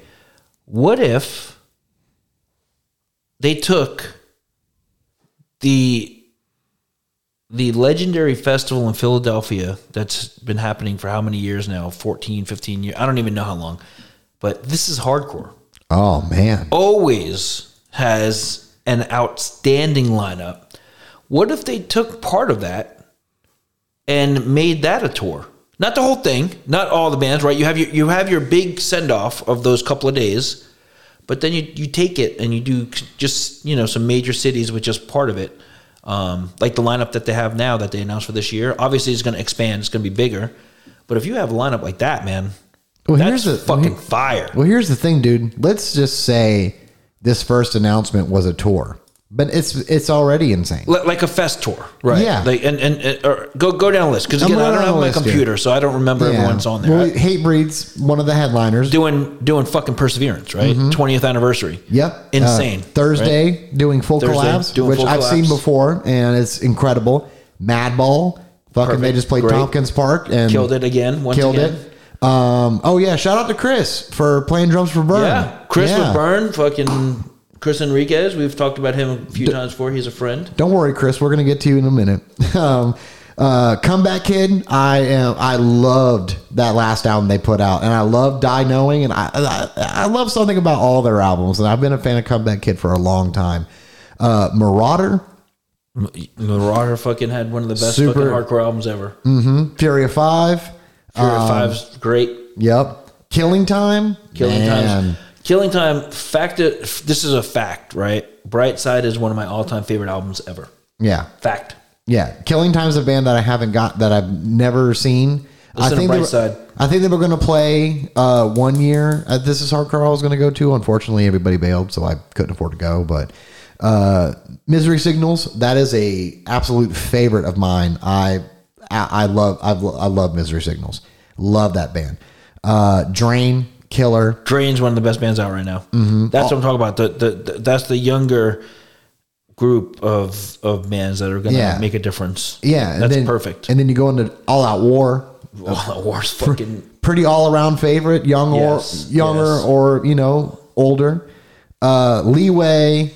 S2: What if they took the the legendary festival in Philadelphia that's been happening for how many years now? 14, 15 years. I don't even know how long. But this is hardcore
S1: Oh man,
S2: always has an outstanding lineup. What if they took part of that and made that a tour? Not the whole thing, not all the bands, right? You have your you have your big send off of those couple of days, but then you you take it and you do c- just you know some major cities with just part of it, um, like the lineup that they have now that they announced for this year. Obviously, it's going to expand, it's going to be bigger, but if you have a lineup like that, man,
S1: Well,
S2: that's
S1: here's the-
S2: fucking fire.
S1: Well, here's the thing, dude. Let's just say this first announcement was a tour, but it's it's already insane.
S2: Li- like a fest tour, right?
S1: Yeah.
S2: Like and and, and- or go go down a list because
S1: I'm
S2: again, I
S1: going
S2: don't
S1: down
S2: have
S1: a
S2: my
S1: list
S2: computer, so I don't remember everyone's on there.
S1: Well,
S2: I-
S1: Hate Breeds, one of the headliners.
S2: doing doing fucking perseverance, right? 20th anniversary.
S1: Mm-hmm. yep,
S2: Insane.
S1: Uh, Thursday doing full
S2: Thursday,
S1: collabs,
S2: doing
S1: which
S2: full
S1: I've
S2: collabs.
S1: seen before, and it's incredible. Madball, fucking they
S2: Perfect.
S1: just played
S2: Great.
S1: Tompkins Park and
S2: Killed it again. Once
S1: Killed
S2: again.
S1: it. Um, oh yeah, shout out to Chris for playing drums for Burn.
S2: Yeah. Chris
S1: Yeah.
S2: with Burn, fucking Chris Enriquez. We've talked about him a few times before. He's a friend.
S1: Don't worry, Chris. We're gonna get to you in a minute. [LAUGHS] Um, uh, Comeback Kid. I am. I loved that last album they put out, and I love Die Knowing, and I, I I love something about all their albums, and I've been a fan of Comeback Kid for a long time. Uh, Marauder.
S2: The Rocker fucking had one of the best
S1: Super-
S2: fucking hardcore albums ever.
S1: Mm-hmm. Fury of Five.
S2: Fury
S1: um,
S2: of Five's great.
S1: Yep. Killing Time.
S2: Killing
S1: Man.
S2: Time. Killing Time. Fact. This is a fact, right? Bright Side is one of my all-time favorite albums ever.
S1: Yeah.
S2: Fact.
S1: Yeah, Killing Time's a band that I haven't got that I've never seen. I
S2: Listen to
S1: think, they were,
S2: Brightside.
S1: I think they were going to play uh, one year. At this is hardcore. I was going to go to. Unfortunately, everybody bailed, so I couldn't afford to go. But uh, Misery Signals that is a absolute favorite of mine. I I, I love I've, I love Misery Signals. Love that band. Uh, Drain Killer.
S2: Drain's one of the best bands out right now.
S1: Mm-hmm.
S2: That's
S1: Oh.
S2: what I'm talking about. The, the, the that's the younger group of of bands that are gonna
S1: Yeah.
S2: make a difference.
S1: Yeah, and
S2: that's
S1: then-
S2: perfect.
S1: And then you go into All Out War.
S2: Oh, the
S1: [LAUGHS]
S2: worst fucking
S1: pretty all around favorite, young
S2: Yes,
S1: or younger
S2: yes.
S1: or you know older. Uh, Leeway,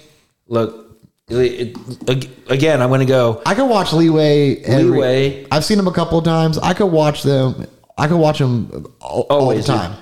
S2: look. it- it- again, I'm gonna go.
S1: I could watch Leeway. every-
S2: Leeway.
S1: I've seen them a couple of times. I could watch them. I could watch them all, all the
S2: Always,
S1: time.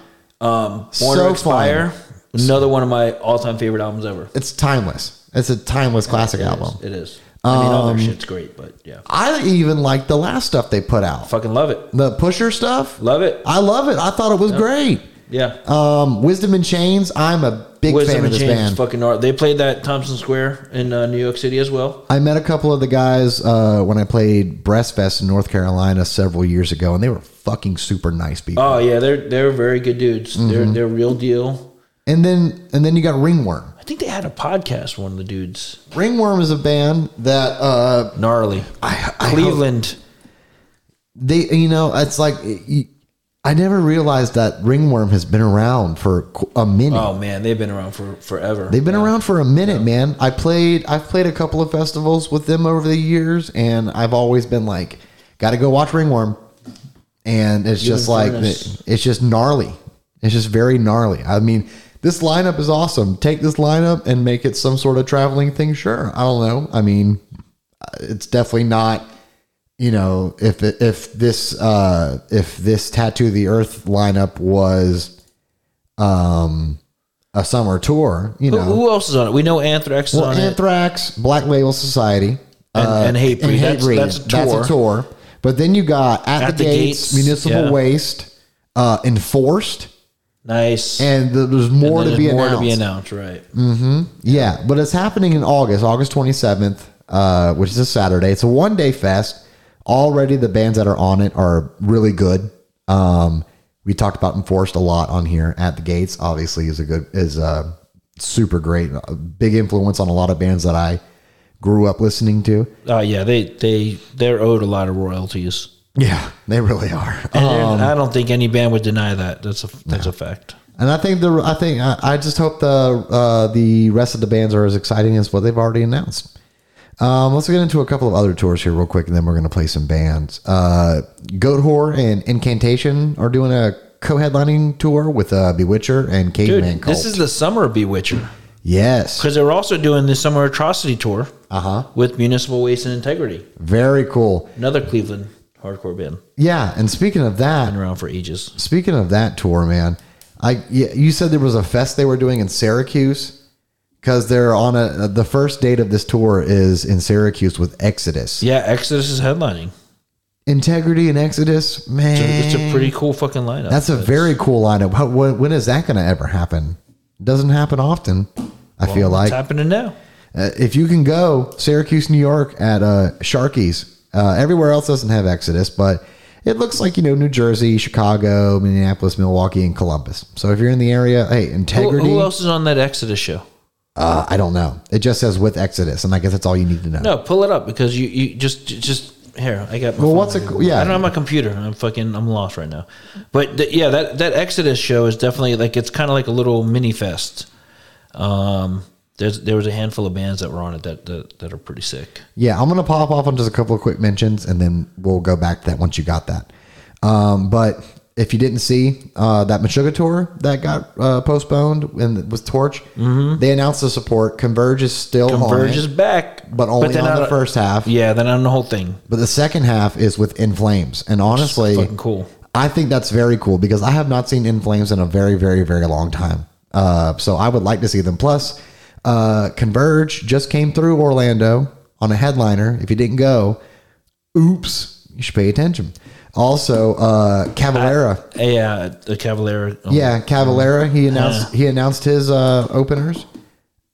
S2: Um, Born
S1: So
S2: to Expire, another one of my all-time favorite albums ever.
S1: It's timeless. It's a timeless classic album. Um,
S2: It is. I mean, all their shit's great, but yeah,
S1: I even like the last stuff they put out,
S2: fucking love it.
S1: the Pusher stuff.
S2: Love it.
S1: I love it. I thought it was great.
S2: Yeah.
S1: Um, Wisdom in Chains. I'm a big
S2: Wisdom
S1: fan of
S2: and
S1: this
S2: Chains is
S1: band.
S2: fucking art. They played that Thompson Square in uh, New York City as well.
S1: I met a couple of the guys uh, when I played Breastfest in North Carolina several years ago, and they were fucking super nice people.
S2: Oh yeah, they're they're very good dudes.
S1: Mm-hmm.
S2: They're they're real deal.
S1: and then and then you got Ringworm.
S2: I think they had a podcast. One of the dudes,
S1: Ringworm is a band that uh,
S2: gnarly.
S1: I, I
S2: Cleveland.
S1: they you know it's like you- I never realized that Ringworm has been around for qu- a minute.
S2: Oh man, they've been around for forever.
S1: They've been around for a minute, man. I played I've played a couple of festivals with them over the years, and I've always been like, got to go watch Ringworm, and it's just like
S2: Furnace.
S1: it's just gnarly. It's just very gnarly. I mean, this lineup is awesome. Take this lineup and make it some sort of traveling thing. Sure, I don't know. I mean, uh, it's definitely not. You know, if it, if this uh, if this tattoo of the earth lineup was um, a summer tour, you
S2: who,
S1: know,
S2: who else is on it? We know Anthrax is
S1: well,
S2: on it.
S1: Anthrax, Black Label Society, uh,
S2: And- and Hatebreed. That's-
S1: Hatebreed.
S2: that's a tour.
S1: tour. But then you got At, the, Gates, Municipal
S2: yeah.
S1: Waste, uh, Enforced,
S2: Nice.
S1: and th- there's more,
S2: And
S1: to,
S2: there's
S1: be
S2: more
S1: announced. Mm.
S2: to be announced, right?
S1: Yeah, but it's happening in August, August 27th, uh, which is a Saturday. It's a one day fest. Already, the bands that are on it are really good. Um, we talked about Enforced a lot on here. At the Gates, obviously, is a good is uh, super great, a big influence on a lot of bands that I grew up listening to.
S2: Oh yeah, they they they're owed a lot of royalties.
S1: Yeah, they really are.
S2: And they're-
S1: Um,
S2: I don't think any band would deny that. That's a that's a fact.
S1: And I think the I think I, I just hope the uh, the rest of the bands are as exciting as what they've already announced. Um, let's get into a couple of other tours here real quick, and then we're going to play some bands. Uh, Goat Whore and Incantation are doing a co-headlining tour with uh, Bewitcher and
S2: Dude,
S1: Caveman Cult.
S2: this is the summer of Bewitcher
S1: yes,
S2: because they're also doing the summer atrocity tour
S1: Uh-huh.
S2: with Municipal Waste and Integrity,
S1: very cool.
S2: another Cleveland hardcore band,
S1: Yeah, and speaking of that,
S2: been around for ages.
S1: speaking of that tour, man, I yeah, you said there was a fest they were doing in Syracuse because they're on a the first date of this tour is in Syracuse with Exodus.
S2: Yeah, Exodus is headlining.
S1: Integrity and Exodus, man.
S2: It's a pretty cool fucking lineup.
S1: That's a very cool lineup. How, when, when is that going to ever happen? Doesn't happen often. I feel like
S2: It's happening now.
S1: uh, if you can go Syracuse, New York at uh, Sharkies. Uh, everywhere else doesn't have Exodus, but it looks like you know New Jersey, Chicago, Minneapolis, Milwaukee, and Columbus. So if you're in the area, hey,
S2: Who,
S1: Integrity.
S2: who else is on that Exodus show?
S1: Uh, I don't know. It just says with Exodus, and I guess that's all you need to know.
S2: No, pull it up because you, you just just here. I got. My
S1: Well,
S2: phone
S1: what's it-
S2: here.
S1: yeah.
S2: I don't have my computer. I'm fucking. I'm lost right now. But th- yeah, that that Exodus show is definitely like it's kind of like a little mini fest. Um, there's there was a handful of bands that were on it that that, that are pretty sick.
S1: Yeah, I'm gonna pop off on just a couple of quick mentions, and then we'll go back to that once you got that. Um, but if you didn't see uh, that Meshuggah tour that got uh, postponed and with Torch, they announced the support. Converge is still
S2: Mm-hmm. Converge
S1: on
S2: is
S1: it,
S2: back,
S1: but only
S2: then
S1: on the
S2: on-
S1: first half.
S2: yeah, then on the whole thing.
S1: But the second half is with In Flames, and honestly,
S2: Fucking cool.
S1: I think that's very cool because I have not seen In Flames in a very, very, very long time. Uh, so I would like to see them. Plus, uh, Converge just came through Orlando on a headliner. If you didn't go, oops, you should pay attention. Also, uh, Cavalera.
S2: Yeah, the Cavalera. oh,
S1: Yeah, Cavalera. He announced he announced his uh, openers.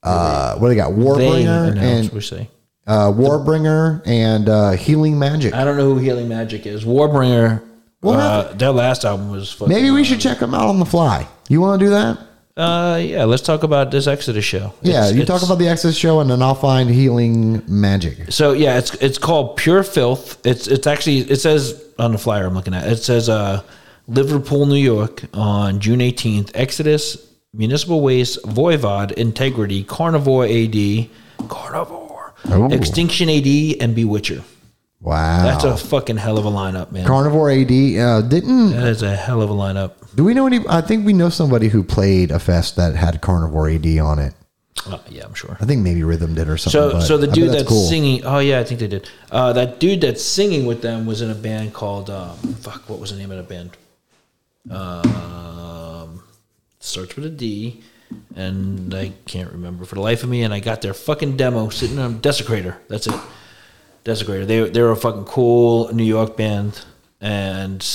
S1: Uh, what do they got?
S2: They
S1: Warbringer
S2: announced, we
S1: and
S2: say.
S1: uh, Warbringer and uh, Healing Magic.
S2: I don't know who Healing Magic is. Warbringer.
S1: Well,
S2: uh, their last album was fucking.
S1: Maybe we should check them out on the fly. You want to do that?
S2: Uh, yeah, let's talk about this Exodus show.
S1: Yeah,
S2: It's-
S1: you
S2: it's-
S1: talk about the Exodus show, and then I'll find Healing Magic.
S2: So yeah, it's it's called Pure Filth. It's it's actually it says on the flyer I'm looking at. It says uh Liverpool, New York on June 18th. Exodus, Municipal Waste, Voivod, Integrity, Carnivore AD, Carnivore,
S1: Ooh.
S2: Extinction AD, and Bewitcher.
S1: Wow,
S2: That's a fucking hell of a lineup, man.
S1: Carnivore AD uh, didn't.
S2: that is a hell of a lineup.
S1: Do we know any? I think we know somebody who played a fest that had Carnivore AD on it.
S2: Uh, yeah, I'm sure.
S1: I think maybe Rhythm did or something.
S2: So,
S1: but
S2: so the
S1: I bet
S2: dude
S1: that's
S2: that's singing. Oh yeah, I think they did. Uh, that dude that's singing with them was in a band called um, fuck. What was the name of the band? Um, starts with a D, and I can't remember for the life of me. And I got their fucking demo sitting on Desecrator. That's it. Desecrator. They they were a fucking cool New York band, and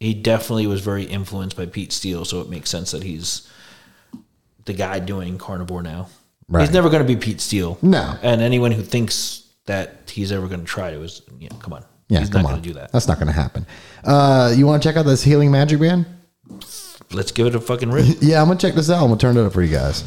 S2: he definitely was very influenced by Pete Steele. So it makes sense that he's the guy doing Carnivore now.
S1: Right.
S2: He's never going to be Pete Steele.
S1: No.
S2: And anyone who thinks that he's ever going to try to is, you know, come on.
S1: Yeah,
S2: he's
S1: come
S2: not
S1: on.
S2: going to do that.
S1: That's not going to happen. Uh, you want to check out this Healing Magic Band?
S2: Let's give it a fucking
S1: [LAUGHS]
S2: rip.
S1: Yeah, I'm going to check this out. I'm going to turn it up for you guys.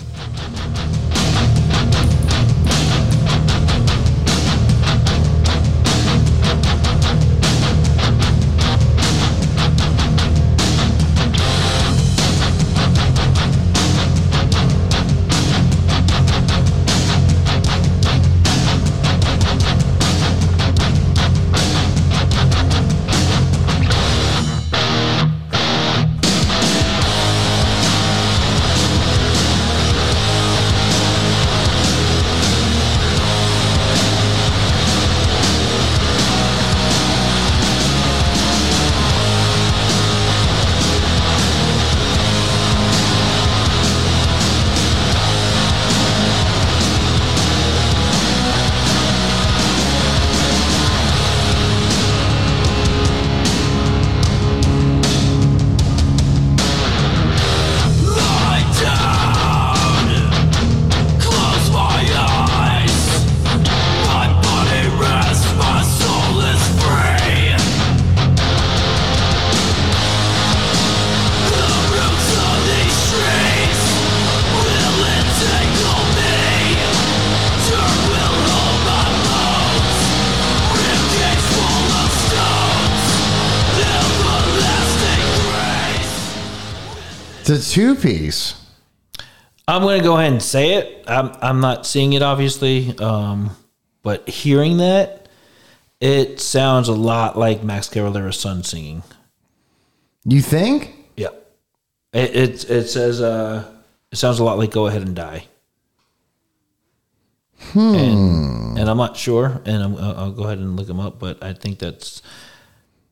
S3: Lie down, close my eyes. My body rests, my soul is free. The roots of these streets will entangle me. Dirt will hold my bones. Ribcage full of stones. Everlasting grace.
S1: It's a two piece.
S2: I'm going to go ahead and say it. I'm, I'm not seeing it, obviously. Um, but hearing that, it sounds a lot like Max Cavalera's son singing.
S1: You think?
S2: Yeah. It, it, it says, uh, it sounds a lot like Go Ahead and Die. Hmm. And, and I'm not sure, and I'm, I'll I'll go ahead and look them up, but I think that's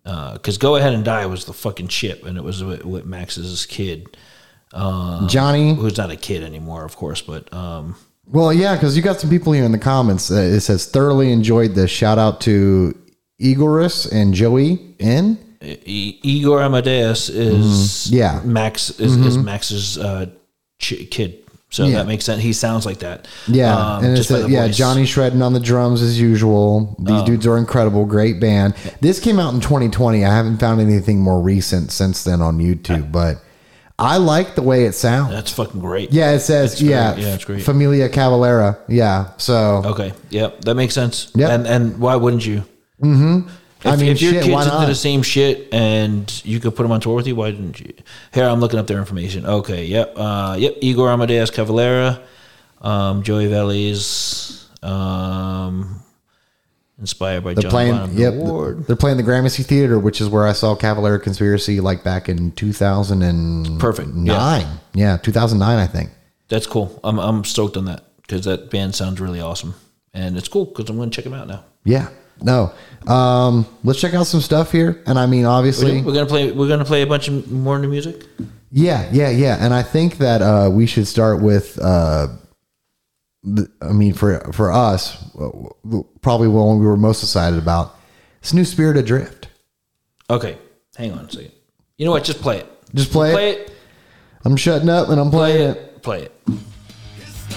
S2: because Go Ahead and Die was the fucking ship, and it was with, with Max's kid, Uh,
S1: Johnny?
S2: who's not a kid anymore, of course, but um,
S1: Well, yeah, because you got some people here in the comments. Uh, it says, thoroughly enjoyed this. Shout out to Igoris and Joey N.
S2: I- I- Igor Amadeus is
S1: Mm-hmm. yeah. Mm-hmm.
S2: Max is, is Max's uh, ch- kid, so
S1: Yeah.
S2: that makes sense. He sounds like that,
S1: Yeah,
S2: um,
S1: and it's
S2: just by
S1: a,
S2: the
S1: yeah
S2: voice. Oh.
S1: Johnny shredding on the drums as usual. These dudes are incredible, great band. This came out in 2020. I haven't found anything more recent since then on YouTube, but I like the way it sounds.
S2: That's fucking great.
S1: Yeah, it says
S2: great.
S1: yeah,
S2: Yeah, it's great.
S1: Familia Cavalera. Yeah, so
S2: Okay. Yep. That makes sense.
S1: Yep.
S2: And and why wouldn't you? Mm-hmm. If,
S1: I mean,
S2: if your
S1: shit,
S2: kids
S1: why
S2: into
S1: not?
S2: the same shit and you could put them on tour with you, why didn't you? Here, I'm looking up their information. Okay. Yep. Uh, yep. Igor Amadeus Cavalera, um, Joey Valley's, um, inspired by
S1: they're
S2: John
S1: playing.
S2: Bonham
S1: yep,
S2: Award.
S1: they're playing the Gramercy Theater, which is where I saw Cavalera Conspiracy like back in 2009.
S2: Perfect. Yeah.
S1: Yeah, 2009, I think.
S2: That's cool. I'm I'm stoked on that because that band sounds really awesome and it's cool because I'm going to check them out now.
S1: Yeah. No. Um, let's check out some stuff here. And I mean, obviously,
S2: We're gonna play. We're gonna play a bunch of more new music.
S1: Yeah, yeah, yeah. And I think that uh, we should start with uh, th- I mean, for for us, uh, probably the one we were most excited about. It's New Spirit Adrift.
S2: Okay, hang on a second. You know what? Just play it.
S1: Just play,
S2: Play
S1: it.
S2: it.
S1: I'm shutting up and I'm playing
S2: Play
S1: it.
S2: it. Play it.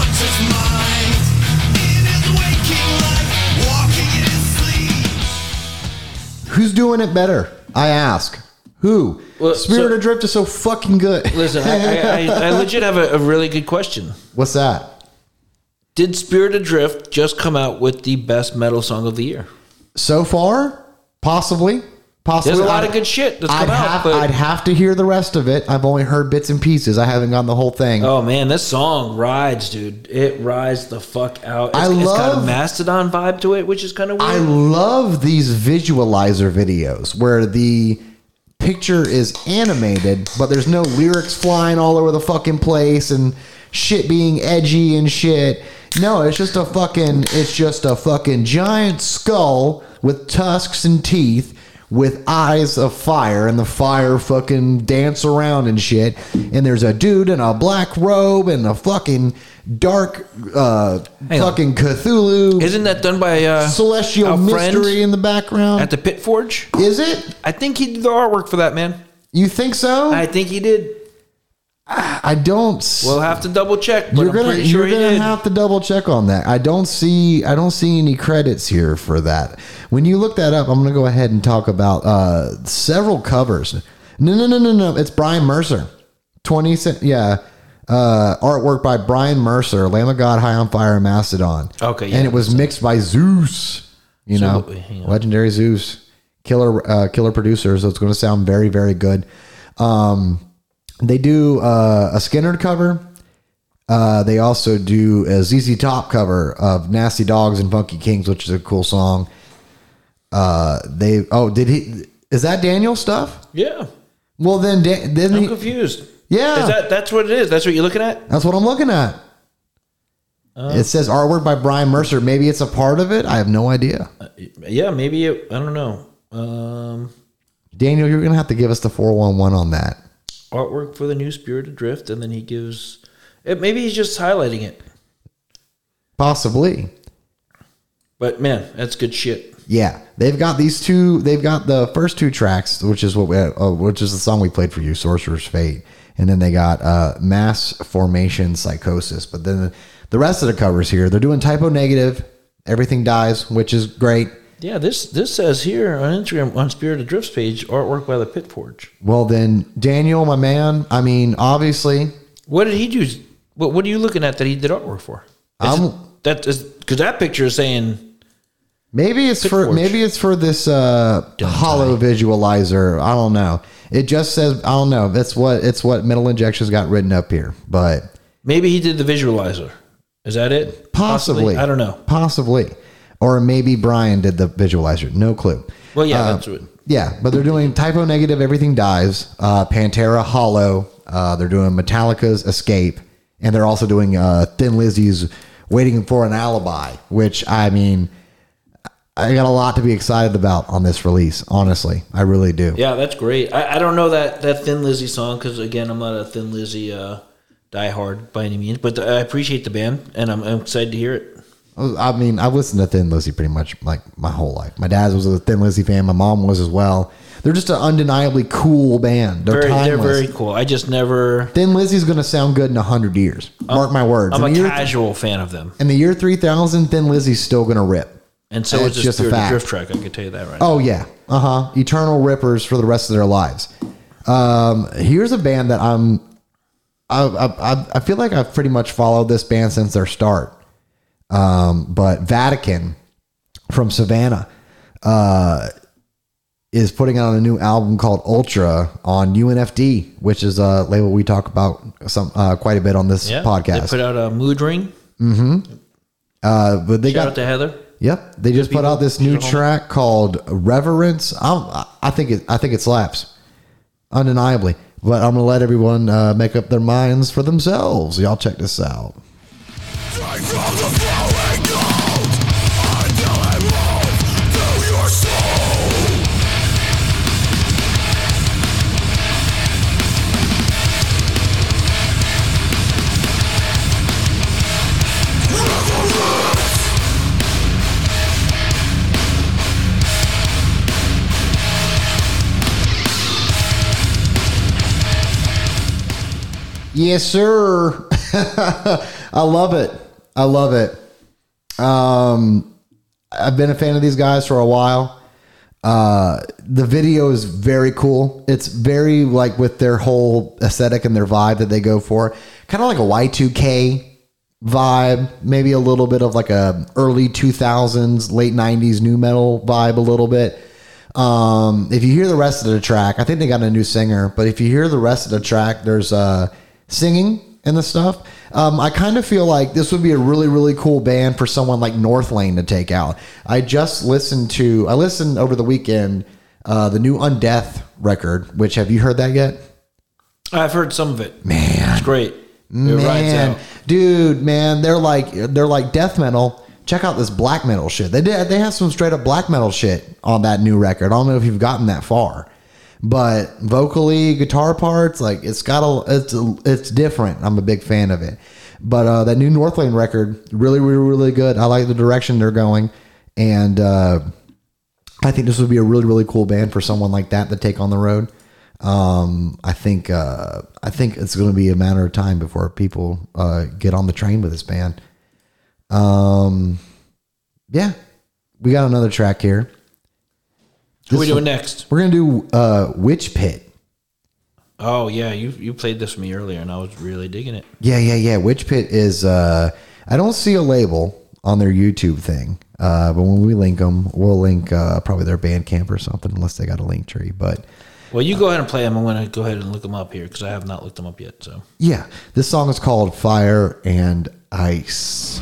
S3: Mind in his waking life, walking in his sleep.
S1: Who's doing it better? I ask. Who?
S2: Well,
S1: Spirit
S2: so-
S1: Adrift is so fucking good.
S2: Listen, I, I, I, I legit have a, a really good question.
S1: [LAUGHS] What's that?
S2: Did Spirit Adrift just come out with the best metal song of the year?
S1: So far, possibly, possibly.
S2: There's a lot
S1: I-
S2: of good shit that's
S1: I'd
S2: come out.
S1: have,
S2: but
S1: I'd have to hear the rest of it. I've only heard bits and pieces. I haven't gotten the whole thing.
S2: oh man, this song rides, dude. It rides the fuck out. It's,
S1: I
S2: it's got a
S1: love-
S2: Mastodon vibe to it, which is kind of
S1: I
S2: weird.
S1: love these visualizer videos where the picture is animated, but there's no lyrics flying all over the fucking place and shit being edgy and shit. No, it's just a fucking it's just a fucking giant skull with tusks and teeth with eyes of fire and the fire fucking dance around and shit and there's a dude in a black robe and a fucking dark uh
S2: Hang on.
S1: fucking Cthulhu
S2: Isn't that done by uh,
S1: celestial
S2: our friend
S1: mystery in the background.
S2: at the Pit Forge?
S1: is it?
S2: I think he did the artwork for that, man.
S1: You think so? I,
S2: I think he did.
S1: don't.
S2: We'll
S1: well,
S2: have to double check, but
S1: you're
S2: I'm
S1: gonna
S2: pretty sure
S1: you're
S2: he
S1: gonna
S2: did.
S1: have to double check on that. I don't see I don't see any credits here for that. When you look that up, I'm gonna go ahead and talk about uh, several covers. No, no, no, no, no. It's Brian Mercer. Twenty cent. Yeah. Uh, artwork by Brian Mercer, Lamb of God, High on Fire, and Mastodon.
S2: Okay, yeah.
S1: and it was mixed by Zeus. You
S2: So,
S1: know,
S2: wait, hang on.
S1: Oh, legendary Zeus, killer, uh, killer producer. So it's going to sound very, very good. Um, they do uh, a Skinner cover. Uh, they also do a ZZ Top cover of "Nasty Dogs and Funky Kings," which is a cool song. Uh, they oh did he is that Daniel stuff?
S2: Yeah,
S1: Well then, Dan, then
S2: I'm
S1: he,
S2: confused.
S1: yeah,
S2: Is that that's what it is? That's what you're looking at?
S1: that's what I'm looking at.
S2: Oh.
S1: it says artwork by Brian Mercer. Maybe it's a part of it. I have no idea.
S2: Uh, Yeah, maybe it, I don't know. Um,
S1: Daniel, you're gonna have to give us the 411 on that.
S2: artwork for the new Spirit Adrift, and then he gives. It, maybe he's just highlighting it.
S1: Possibly.
S2: But man, that's good shit.
S1: Yeah, they've got these two. They've got the first two tracks, which is what we, uh, which is the song we played for you, "Sorcerer's Fate," and then they got uh, "Mass Formation Psychosis." But then the rest of the covers here, they're doing typo negative. Everything dies, which is great.
S2: Yeah, this this says here on Instagram on Spirit Adrift's page, artwork by the Pit Forge.
S1: Well, then Daniel, my man. I mean, obviously,
S2: What did he do? What What are you looking at that he did artwork for? Is
S1: I'm-
S2: it- that is because that picture is saying
S1: maybe it's for
S2: Forge.
S1: maybe it's for this uh, hollow visualizer. I don't know. It just says I don't know. That's what it's what metal injections got written up here, but.
S2: maybe he did the visualizer. Is that it?
S1: Possibly.
S2: I don't know.
S1: Possibly. Or maybe Brian did the visualizer. No clue.
S2: Well, yeah,
S1: Uh,
S2: that's what.
S1: yeah, but they're doing typo negative, everything dies, uh, Pantera Hollow. Uh, they're doing Metallica's Escape, and they're also doing uh, Thin Lizzy's Waiting for an Alibi, which I mean, I got a lot to be excited about on this release. Honestly, I really do.
S2: Yeah, that's great. I, I don't know that, that Thin Lizzy song because again, I'm not a Thin Lizzy uh, diehard by any means, but I appreciate the band and I'm, I'm excited to hear it.
S1: I mean, I've listened to Thin Lizzy pretty much like my whole life. My dad was a Thin Lizzy fan. My mom was as well. They're just an undeniably cool band. They're
S2: Very, they're
S1: timeless.
S2: very cool. I just never.
S1: Thin Lizzy's going to sound good in hundred years. Mark my words.
S2: Uh, I'm
S1: in,
S2: a
S1: the year,
S2: casual fan of them,
S1: in the year three thousand, Thin Lizzy's still going to rip.
S2: and so
S1: That's
S2: is
S1: just
S2: this
S1: a
S2: Spirit
S1: fact.
S2: Drift track. I can tell you that right.
S1: Oh yeah, uh huh. Eternal rippers for the rest of their lives. Um, here's a band that I'm. I, I I- I feel like I've pretty much followed this band since their start. Um, but Vatican from Savannah uh, is putting out a new album called Ultra on UNFD, which is a label we talk about some uh, quite a bit on this
S2: now. yeah,
S1: podcast.
S2: They put out a mood ring.
S1: Uh, but they
S2: Shout
S1: got
S2: out to Heather.
S1: Yep, they just put
S2: people
S1: out this new
S2: should-
S1: track called Reverence. I'm, I- I think it. I think it slaps, undeniably. But I'm gonna let everyone uh, make up their minds for themselves. Y'all check this out. Yes, sir. [LAUGHS] I love it. I love it. Um, I've been a fan of these guys for a while. Uh, the video is very cool. It's very like with their whole aesthetic and their vibe that they go for, kind of like a Y2K vibe, maybe a little bit of like a early 2000s, late 90s new metal vibe, a little bit. Um, if you hear the rest of the track, I think they got a new singer, but if you hear the rest of the track, there's uh, singing and the stuff. Um, I kind of feel like this would be a really, really cool band for someone like Northlane to take out. I just listened to, I listened over the weekend, uh, the new Undeath record, which have you heard that yet?
S2: I've heard some of it. Man, it's great. It rides
S1: man,
S2: out.
S1: dude, man, they're like they're like death metal. Check out this black metal shit. They did, they have some straight up black metal shit on that new record. I don't know if you've gotten that far, but vocally, guitar parts, like it's got a it's a, it's different. I'm a big fan of it. But uh, that new Northlane record, really, really, really good. I like the direction they're going, and uh, I think this would be a really, really cool band for someone like that to take on the road. Um, I think uh, I think it's going to be a matter of time before people uh, get on the train with this band. Um, yeah, we got another track here.
S2: What are we doing next?
S1: We're gonna do uh, Witch Pit.
S2: Oh yeah, you you played this for me earlier, and I was really digging it.
S1: Yeah, yeah, yeah. Witch Pit is. Uh, I don't see a label on their YouTube thing, uh, but when we link them, we'll link uh, probably their Bandcamp or something, unless they got a link tree. But
S2: Well, you go ahead and play them. I'm going to go ahead and look them up here because I have not looked them up yet. So
S1: Yeah, this song is called Fire and Ice.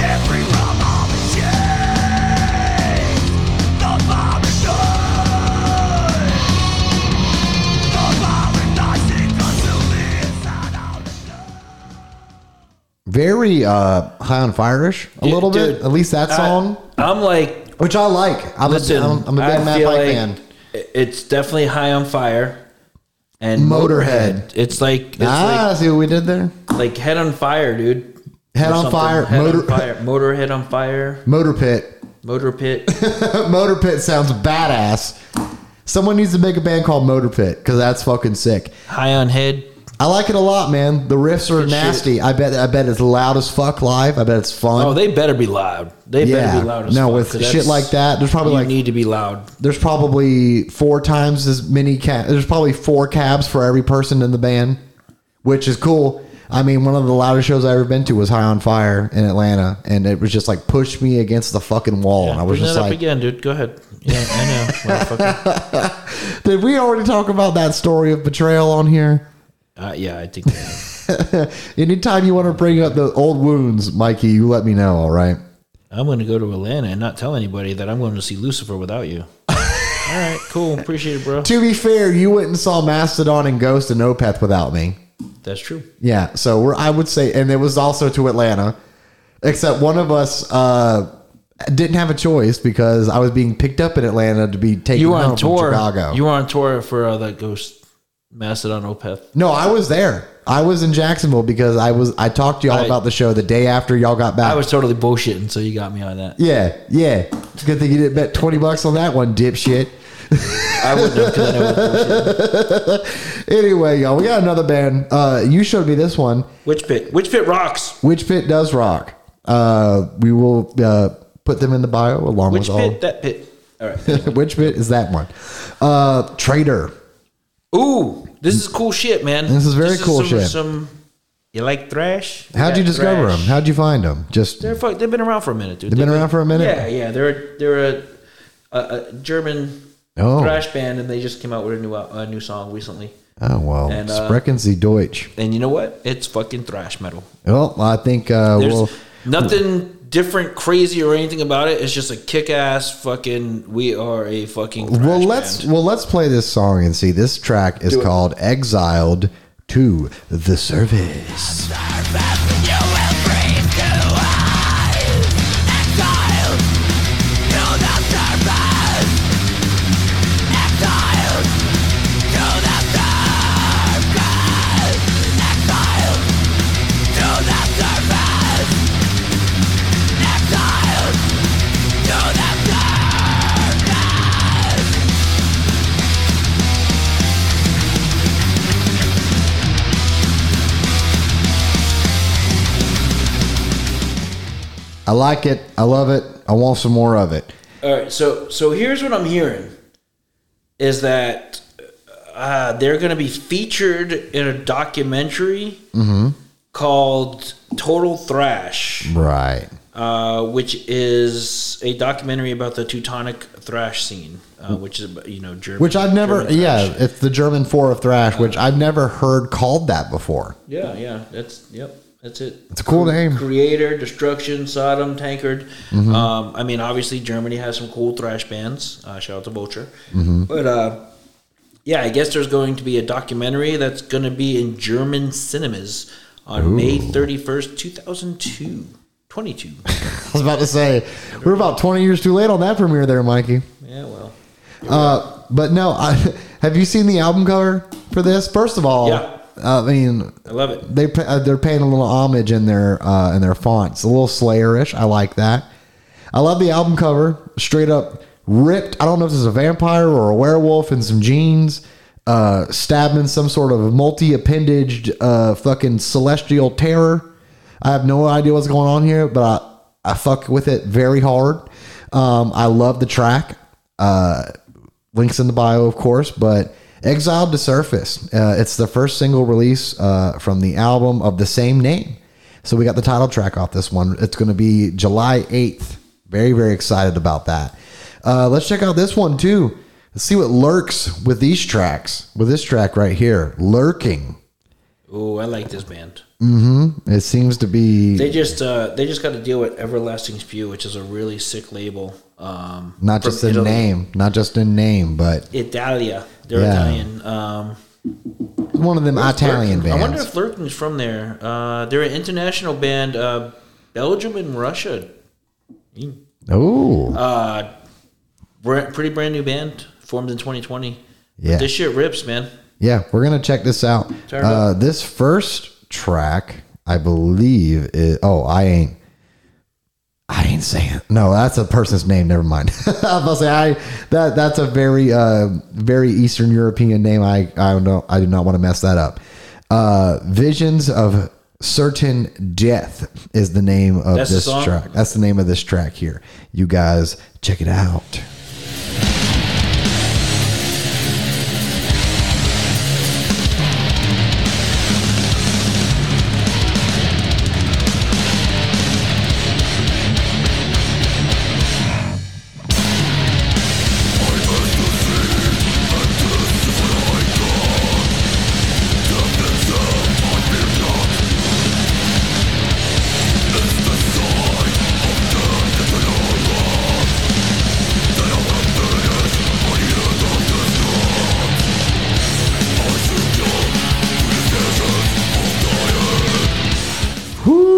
S4: Every rock on the shade, the bomb is good. The bomb is nice, it consumes inside out.
S1: Very uh, high on fire-ish a
S2: Yeah,
S1: little bit.
S2: dude,
S1: At least that song,
S2: I, am like,
S1: which I like. I'm,
S2: listen,
S1: a, I'm, I'm a big
S2: I
S1: Matt
S2: feel
S1: Pike
S2: like
S1: fan.
S2: it- It's definitely high on fire. And
S1: Motorhead.
S2: It's like it's
S1: Ah, see what we did there?
S2: like, like head on fire, dude.
S1: Head
S2: Or
S1: on
S2: something.
S1: fire,
S2: head
S1: motor,
S2: on fire, motorhead on fire,
S1: [LAUGHS] motor pit. [LAUGHS]
S2: motor pit.
S1: motor pit sounds badass. Someone needs to make a band called Motor Pit because that's fucking sick.
S2: High on head.
S1: I like it a lot, man. The riffs are
S2: Good shit.
S1: nasty. I bet. I bet it's loud as fuck live. I bet it's fun.
S2: Oh, they better be loud. They better
S1: Yeah.
S2: be loud as
S1: No,
S2: fuck,
S1: with
S2: 'cause
S1: shit
S2: that's-
S1: like that, there's probably
S2: you
S1: like-
S2: need to be loud.
S1: there's probably four times as many cabs. There's probably four cabs for every person in the band, which is cool. I mean, one of the loudest shows I ever been to was High on Fire in Atlanta, and it was just like pushed me against the fucking wall, and I was
S2: Bring
S1: just
S2: that up
S1: like,
S2: again, dude. Go ahead. Yeah, I know.
S1: [LAUGHS]
S2: motherfucker.
S1: "Did we already talk about that story of betrayal on here?"
S2: Uh, yeah, I think. They have.
S1: Anytime you want to bring up the old wounds, Mikey, you let me know. All right.
S2: I'm going to go to Atlanta and not tell anybody that I'm going to see Lucifer without you. All right, cool. Appreciate it, bro.
S1: To be fair, you went and saw Mastodon and Ghost and Opeth without me.
S2: That's true.
S1: Yeah, so we're I would say, and it was also to Atlanta, except one of us uh, didn't have a choice because I was being picked up in Atlanta to be taken
S2: You were
S1: home
S2: on tour.
S1: from Chicago.
S2: You were on tour for uh, that Ghost Mastodon Opeth.
S1: no, I was there. I was in Jacksonville because I was I talked to y'all
S2: I-
S1: about the show the day after y'all got back.
S2: I was totally bullshitting, so you got me on
S1: [LAUGHS]
S2: that.
S1: yeah, yeah. Good thing you didn't bet twenty bucks on that one, dipshit.
S2: I wouldn't have 'cause I know what bullshit.
S1: Anyway, y'all, we got another band. Uh, you showed me this one.
S2: Witch Pit. Witch Pit rocks.
S1: Witch Pit does rock. Uh, we will uh, put them in the bio along
S2: Witch
S1: with all.
S2: Pit, that pit. All right.
S1: [LAUGHS] Which bit is that one? Uh, Trader.
S2: Ooh, this is cool shit, man.
S1: This is very cool
S2: some,
S1: shit.
S2: Some, you like thrash? We
S1: How'd you
S2: got
S1: discover
S2: thrash.
S1: them? How'd you find them? Just
S2: They're fuck, they've been around for a minute, dude.
S1: They've been around for a minute?
S2: Yeah, yeah. They're they're a, a, a German
S1: Oh.
S2: thrash band, and they just came out with a new uh, a new song recently.
S1: oh well,
S2: And, uh,
S1: sprechen Sie Deutsch.
S2: And you know what? It's fucking thrash metal.
S1: Well, I think uh,
S2: There's
S1: we'll
S2: nothing different, crazy, or anything about it. It's just a kick-ass fucking. We are a fucking. Thrash
S1: well let's
S2: band.
S1: well let's play this song and see. This track is
S2: Do it.
S1: called "Exiled to the Service." I like it. I love it. I want some more of it.
S2: All right, so so here's what I'm hearing is that uh, they're going to be featured in a documentary
S1: Mm-hmm.
S2: called Total Thrash,
S1: Right.
S2: uh, which is a documentary about the Teutonic thrash scene, uh, which is you know German.
S1: Which I've never,
S2: German thrash.
S1: yeah, it's the German four of thrash, which I've never heard called that before. [LAUGHS]
S2: yeah, yeah. That's yep. That's it.
S1: It's a cool name. Mm-hmm.
S2: Creator, Destruction, Sodom, Tankard. Um, I mean, obviously Germany has some cool thrash bands. Uh, shout out to Vulture.
S1: Mm-hmm.
S2: But uh, yeah, I guess there's going to be a documentary that's going to be in German cinemas on May 31st, 2002. 22.
S1: I was about to say we're about twenty years too late on that premiere, there, Mikey.
S2: yeah, well.
S1: Uh, but no, I, [LAUGHS] have you seen the album cover for this? First of all,
S2: Yeah.
S1: I mean,
S2: I love it.
S1: they pa- uh, they're paying a little homage in their uh, in their fonts, a little Slayerish. I like that. I love the album cover, straight up ripped. I don't know if this is a vampire or a werewolf in some jeans, uh, stabbing some sort of multi appendaged uh, fucking celestial terror. I have no idea what's going on here, but I I fuck with it very hard. Um, I love the track. Uh, links in the bio, of course, but Exiled to Surface. Uh, it's the first single release uh, from the album of the same name. So we got the title track off this one. It's going to be July 8th. Very, very excited about that. Uh, let's check out this one too. Let's see what lurks with these tracks, with this track right here. Lurking.
S2: Oh, I like this band.
S1: It seems to be
S2: They just uh, they just got to deal with Everlasting Spew, which is a really sick label. Um,
S1: not
S2: from
S1: just in
S2: Italy.
S1: name, not just in name, but
S2: Italia. They're
S1: Yeah.
S2: Italian. Um,
S1: one of them Italian
S2: Lurking.
S1: bands.
S2: I wonder if Lurking's from there. Uh, they're an international band, uh, Belgium and Russia.
S1: oh,
S2: Uh, br- pretty brand new band, formed in 2020. But
S1: Yeah.
S2: This shit rips, man.
S1: Yeah, we're gonna check this out.
S2: Turn it
S1: Uh, this first track, I believe, is oh, I ain't, I ain't saying it. no. That's a person's name. Never mind. [LAUGHS] I was about to say I that that's a very uh very Eastern European name. I I don't know. I do not want to mess that up. Uh, Visions of Certain Death is the name of
S2: That's the
S1: this
S2: song?
S1: track. That's the name of this track here. You guys check it out.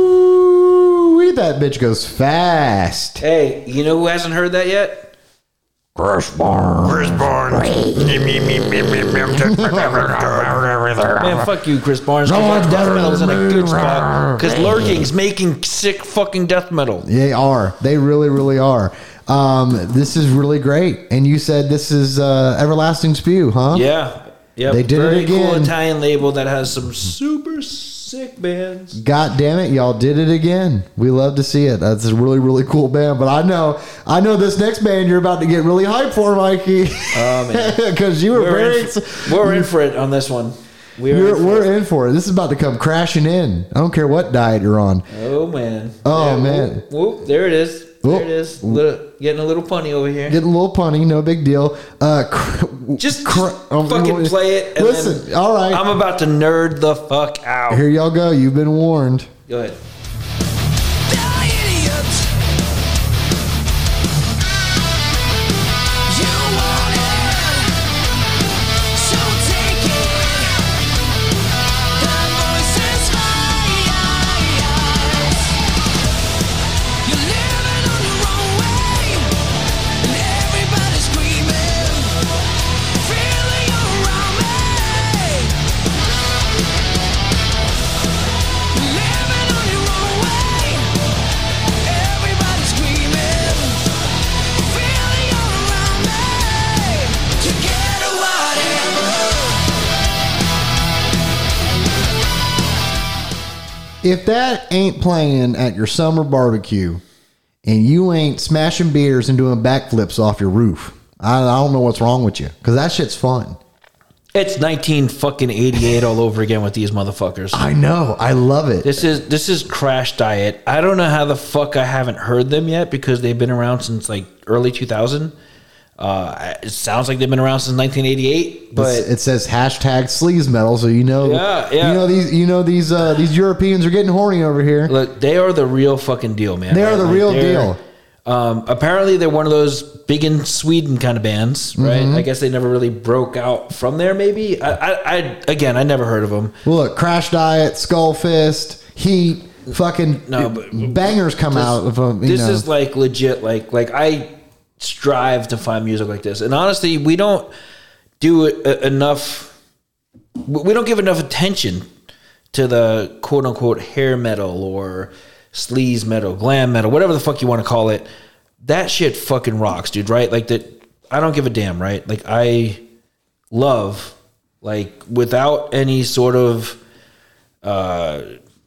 S1: Whoo! That bitch goes fast.
S2: Hey, you know who hasn't heard that yet?
S1: Uh-huh.
S2: Man, fuck you, Chris Barnes.
S1: No
S2: Because
S1: one's
S2: death
S1: better
S2: metal's in
S1: than
S2: a
S1: me.
S2: good spot. Because Lurking's making sick fucking death metal.
S1: They are. They really, really are. Um, this is really great. And you said this is uh, Everlasting Spew, huh?
S2: Yeah. Yeah.
S1: They did it
S2: Very cool
S1: again.
S2: Italian label that has some super Sick bands.
S1: God damn it, y'all did it again. We love to see it. That's a really, really cool band. But I know, I know this next band you're about to get really hyped for, Mikey, [LAUGHS] because you were
S2: Oh, We're,
S1: very.
S2: in for, we're in for it on this one. We're, in
S1: You're,
S2: for
S1: we're
S2: it.
S1: in for it. This is about to come crashing in. I don't care what diet you're on.
S2: Oh man.
S1: Oh,
S2: There-
S1: man.
S2: Whoop, whoop, there it is.
S1: Whoop.
S2: There it is. Little, getting a little punny over here.
S1: Getting a little punny, no big deal. Uh, cr-
S2: Just,
S1: cr-
S2: just
S1: um,
S2: fucking play it. And
S1: listen,
S2: then
S1: all right.
S2: I'm about to nerd the fuck out.
S1: Here y'all go. You've been warned.
S2: Go ahead.
S1: If that ain't playing at your summer barbecue, and you ain't smashing beers and doing backflips off your roof, I, I don't know what's wrong with you. Because that shit's fun.
S2: It's 19 fucking 88 all over again with these motherfuckers.
S1: I know. I love it.
S2: This is this is Crash Diet. I don't know how the fuck I haven't heard them yet because they've been around since like early 2000. Uh, it sounds like they've been around since 1988, but
S1: It's- it says hashtag sleaze metal, so you know,
S2: Yeah, yeah.
S1: you know these, you know these, uh, these Europeans are getting horny over here.
S2: Look, they are the real fucking deal, man.
S1: They are the real
S2: they're-
S1: deal.
S2: Um, apparently, they're one of those big in Sweden kind of bands, right?
S1: Mm-hmm.
S2: I guess they never really broke out from there. Maybe I, I, I again, I never heard of them.
S1: Well, look, Crash Diet, Skull Fist, Heat, fucking
S2: No, but-
S1: bangers come out of them. You
S2: this
S1: know.
S2: is like legit. Like, like I strive to find music like this, and honestly, we don't do it e- enough. We we don't give enough attention to the quote unquote hair metal or sleaze metal, glam metal, whatever the fuck you want to call it. That shit fucking rocks, dude. Right? Like that. I don't give a damn. Right? Like I love like without any sort of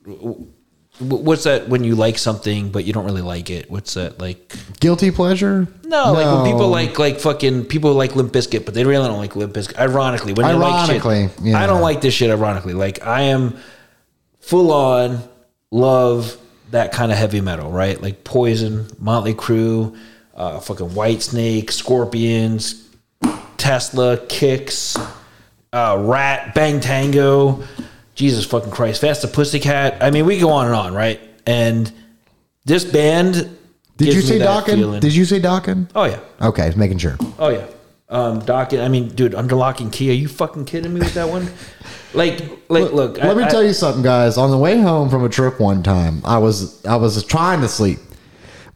S2: wh- what's that when you like something but you don't really like it what's that like
S1: guilty pleasure.
S2: no, like when people
S1: No.
S2: like like fucking people like Limp Bizkit, but they really don't like Limp Bizkit. Ironically, when they
S1: Ironically,
S2: like shit,
S1: yeah.
S2: I don't like this shit. Ironically, like I am full on love that kind of heavy metal, right? Like Poison, Motley Crue, uh, fucking White Snake, Scorpions, Tesla, Kicks, uh, Rat, Bang Tango, Jesus fucking Christ, Fast the Pussycat. I mean, we go on and on, right? And this band.
S1: Did
S2: gives
S1: you
S2: me
S1: say
S2: that
S1: Dawkins?
S2: feeling.
S1: Did you say Dawkins?
S2: Oh yeah.
S1: Okay, just making sure.
S2: Oh yeah. Um, Doc, I mean, dude, under lock and key. Are you fucking kidding me with that one? Like, like, look.
S1: Let me tell you something, guys. On the way home from a trip one time, I was I was trying to sleep,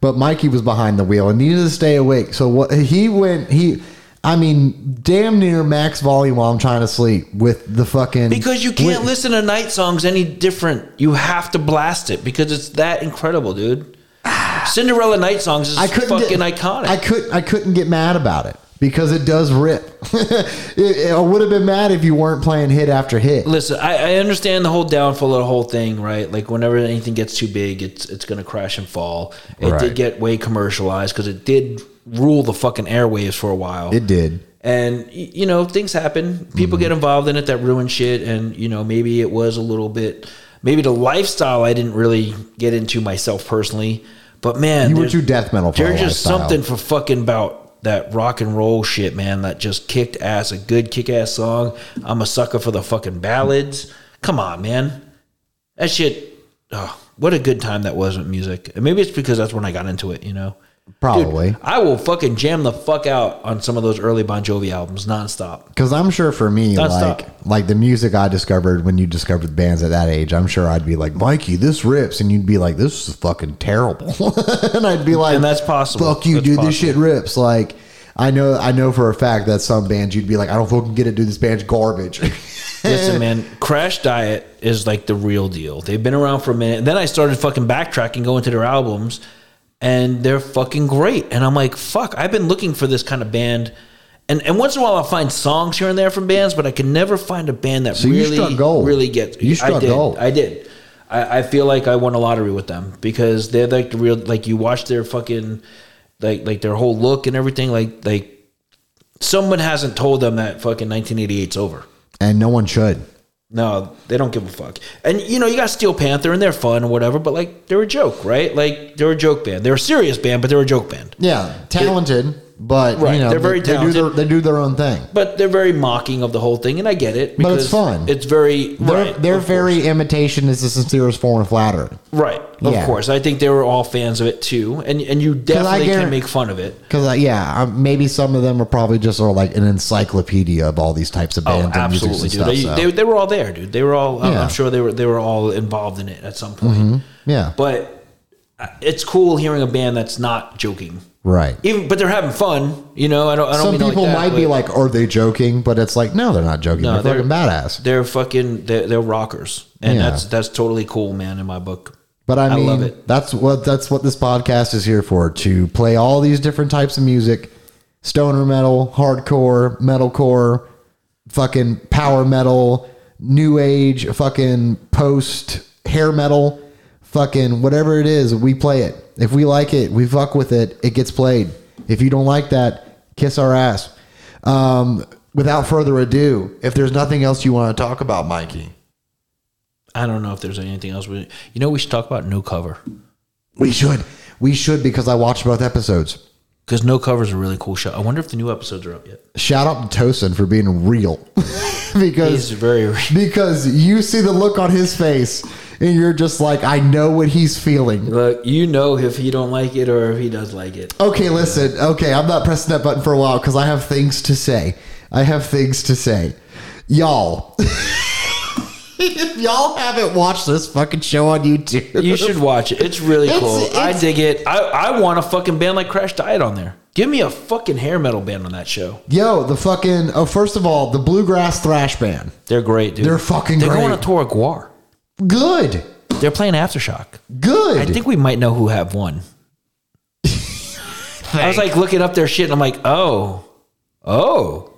S1: but Mikey was behind the wheel and needed to stay awake. So what he went he. I mean, damn near max volume while I'm trying to sleep with the fucking
S2: because you can't
S1: with-
S2: listen to night songs any different. You have to blast it because it's that incredible, dude. Cinderella night songs is
S1: I couldn't
S2: fucking
S1: get,
S2: iconic.
S1: I could I couldn't get mad about it because it does rip. [LAUGHS] it, it- I would have been mad if you weren't playing hit after hit.
S2: Listen, I, I understand the whole downfall of the whole thing, right? Like whenever anything gets too big, it's it's gonna crash and fall. It
S1: Right.
S2: did get way commercialized because it did rule the fucking airwaves for a while.
S1: It did.
S2: and y- you know things happen. People
S1: Mm-hmm.
S2: get involved in it that ruin shit, and you know maybe it was a little bit, maybe the lifestyle I didn't really get into myself personally. But man,
S1: You were
S2: there's-
S1: too death metal for
S2: there's
S1: our
S2: just
S1: lifestyle.
S2: something for fucking about that rock and roll shit, man. That just kicked ass. A good kick ass song. I'm a sucker for the fucking ballads. Come on, man. That shit. Oh, what a good time that was with music. And maybe it's because that's when I got into it. You know. Dude,
S1: Probably
S2: I will fucking jam the fuck out on some of those early Bon Jovi albums nonstop.
S1: because I'm sure for me,
S2: That's
S1: like
S2: not-
S1: like the music I discovered when you discovered bands at that age, I'm sure I'd be like, Mikey, this rips, and you'd be like, this is fucking terrible, [LAUGHS] and I'd be like,
S2: And that's possible.
S1: Fuck you,
S2: That's
S1: dude.
S2: possible.
S1: This shit rips. Like I know, I know for a fact that some bands you'd be like, I don't fucking get it, dude. This band's [LAUGHS] garbage.
S2: Listen, man, Crash Diet is like the real deal. They've been around for a minute. Then I started fucking backtracking, going to their albums, and they're fucking great. And I'm like, fuck, I've been looking for this kind of band and and once in a while I'll find songs here and there from bands, but I can never find a band that
S1: So you
S2: really
S1: struck gold.
S2: really gets
S1: You struck
S2: I did.
S1: gold.
S2: I did. I, I feel like I won a lottery with them because they're like the real like you watch their fucking like like their whole look and everything like like someone hasn't told them that fucking 1988's over.
S1: [LAUGHS] and no one should.
S2: No, they don't give a fuck. And you know, you got Steel Panther and they're fun or whatever, but like they're a joke, right? Like they're a joke band. They're a serious band, but they're a joke band.
S1: Yeah, talented, but
S2: Right,
S1: you know
S2: they're very
S1: they, They do,
S2: talented.
S1: their, they do their own thing.
S2: But they're very mocking of the whole thing, and I get it.
S1: But it's
S2: because
S1: fun.
S2: It's very
S1: They're,
S2: right.
S1: they're
S2: of
S1: very
S2: course.
S1: imitation is the sincerest form of flattery.
S2: right. Of
S1: Yeah.
S2: course, I think they were all fans of it too, and and you definitely
S1: guarant-
S2: can make fun of it.
S1: Because uh, yeah, um, maybe some of them are probably just sort of like an encyclopedia of all these types of
S2: Oh,
S1: bands and music
S2: absolutely,
S1: and
S2: dude.
S1: stuff.
S2: They,
S1: so.
S2: they, they were all there, dude. They were all. I'm-
S1: Yeah. Mm-hmm.
S2: I'm sure they were. They were all involved in it at some point.
S1: yeah,
S2: But uh, it's cool hearing a band that's not joking.
S1: right.
S2: Even, but they're having fun. You know, I don't. I don't
S1: Some
S2: mean it like
S1: people
S2: that,
S1: might be
S2: but
S1: like, "Are they joking?" But it's like, no, they're not joking.
S2: No,
S1: they're,
S2: they're-
S1: fucking badass.
S2: they're fucking. They're, they're rockers, and
S1: Yeah.
S2: that's that's totally cool, man. In my book.
S1: But I
S2: I
S1: mean,
S2: love it.
S1: that's what that's what this podcast is here for to play all these different types of music: stoner metal, hardcore, metalcore, fucking power metal, new age, fucking post hair metal, fucking whatever it is. We play it. If we like it, we fuck with it. It gets played. If you don't like that, kiss our ass. Um, without further ado, if there's nothing else you want to talk about, Mikey,
S2: I don't know if there's anything else. We, you know, we should talk about no cover
S1: we should. We should because I watched both episodes.
S2: because no cover's a really cool show. I wonder if the new episodes are up yet.
S1: shout out to Tosin for being real [LAUGHS]
S2: He's
S1: because
S2: very. [LAUGHS]
S1: because you see the look on his face and you're just like I know what he's feeling.
S2: Look, you know if he don't like it or if he does like it.
S1: Okay, listen. Okay, I'm not pressing that button for a while because I have things to say. I have things to say, y'all. [LAUGHS] if y'all haven't watched this fucking show on YouTube,
S2: You should watch it. It's really
S1: It's-
S2: cool. I
S1: it's-
S2: dig it. I, I want a fucking band like Crash Diet on there. Give me a fucking hair metal band on that show.
S1: Yo, the fucking. Oh, first of all, the bluegrass thrash band.
S2: They're great, dude.
S1: They're fucking
S2: They're going
S1: great.
S2: to tour of Guar.
S1: Good,
S2: They're playing Aftershock.
S1: good.
S2: I think we might know who have
S1: [LAUGHS]
S2: won. I was like looking up their shit and I'm like, oh, oh,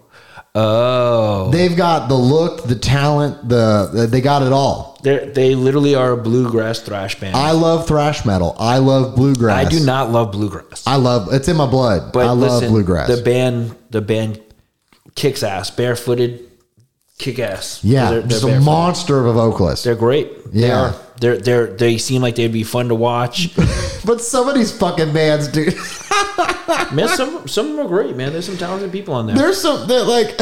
S2: oh.
S1: They've got the look, the talent, the they got it all.
S2: They they literally are a bluegrass thrash band. I,
S1: I love thrash metal. I love bluegrass.
S2: do not love bluegrass.
S1: I love. It's in my blood.
S2: But
S1: I love
S2: listen,
S1: bluegrass.
S2: The band, the band kicks ass, barefooted, kick ass.
S1: yeah,
S2: they're,
S1: just
S2: they're
S1: a
S2: barefooted.
S1: monster of a vocalist.
S2: They're great. They
S1: Yeah.
S2: are. They're they're they seem like they'd be fun to
S1: [LAUGHS]
S2: watch.
S1: But some of these fucking bands, dude. [LAUGHS]
S2: man, some some of them are great, man. There's some talented people on there.
S1: There's some that like. [LAUGHS]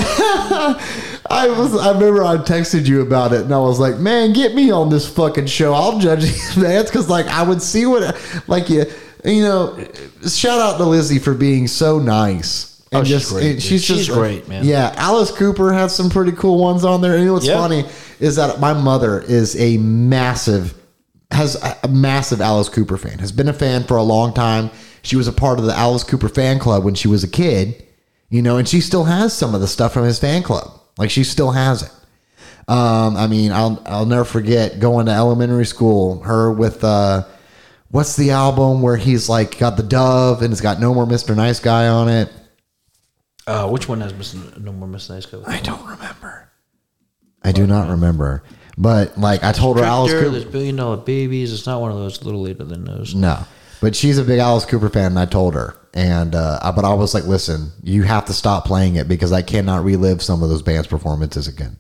S1: I was. I remember I texted you about it, and I was like, "Man, get me on this fucking show. I'll judge [LAUGHS] these bands because like I would see what like you you know. Shout out to Lizzie for being so nice. And
S2: Oh, she's
S1: just,
S2: great,
S1: and
S2: dude.
S1: she's just
S2: She's great, man.
S1: Yeah, Alice Cooper has some pretty cool ones on there. And you know what's
S2: Yeah.
S1: funny is that my mother is a massive, has a- a massive Alice Cooper fan. Has been a fan for a long time. She was a part of the Alice Cooper fan club when she was a kid, you know, and she still has some of the stuff from his fan club. Like she still has it. Um, I mean, I'll I'll never forget going to elementary school. Her with uh, what's the album where he's like got the dove and it's got no more Mister Nice Guy on it.
S2: uh, which one has Miss, no more Miss Nice Coat?
S1: I don't remember. I do not remember. But like I told her, Alice
S2: Tractor,
S1: Cooper.
S2: There's billion dollar babies. It's not one of those. A little later than those.
S1: No, but she's a big Alice Cooper fan, and I told her. And uh, I- but I was like, listen, you have to stop playing it because I cannot relive some of those band's performances again.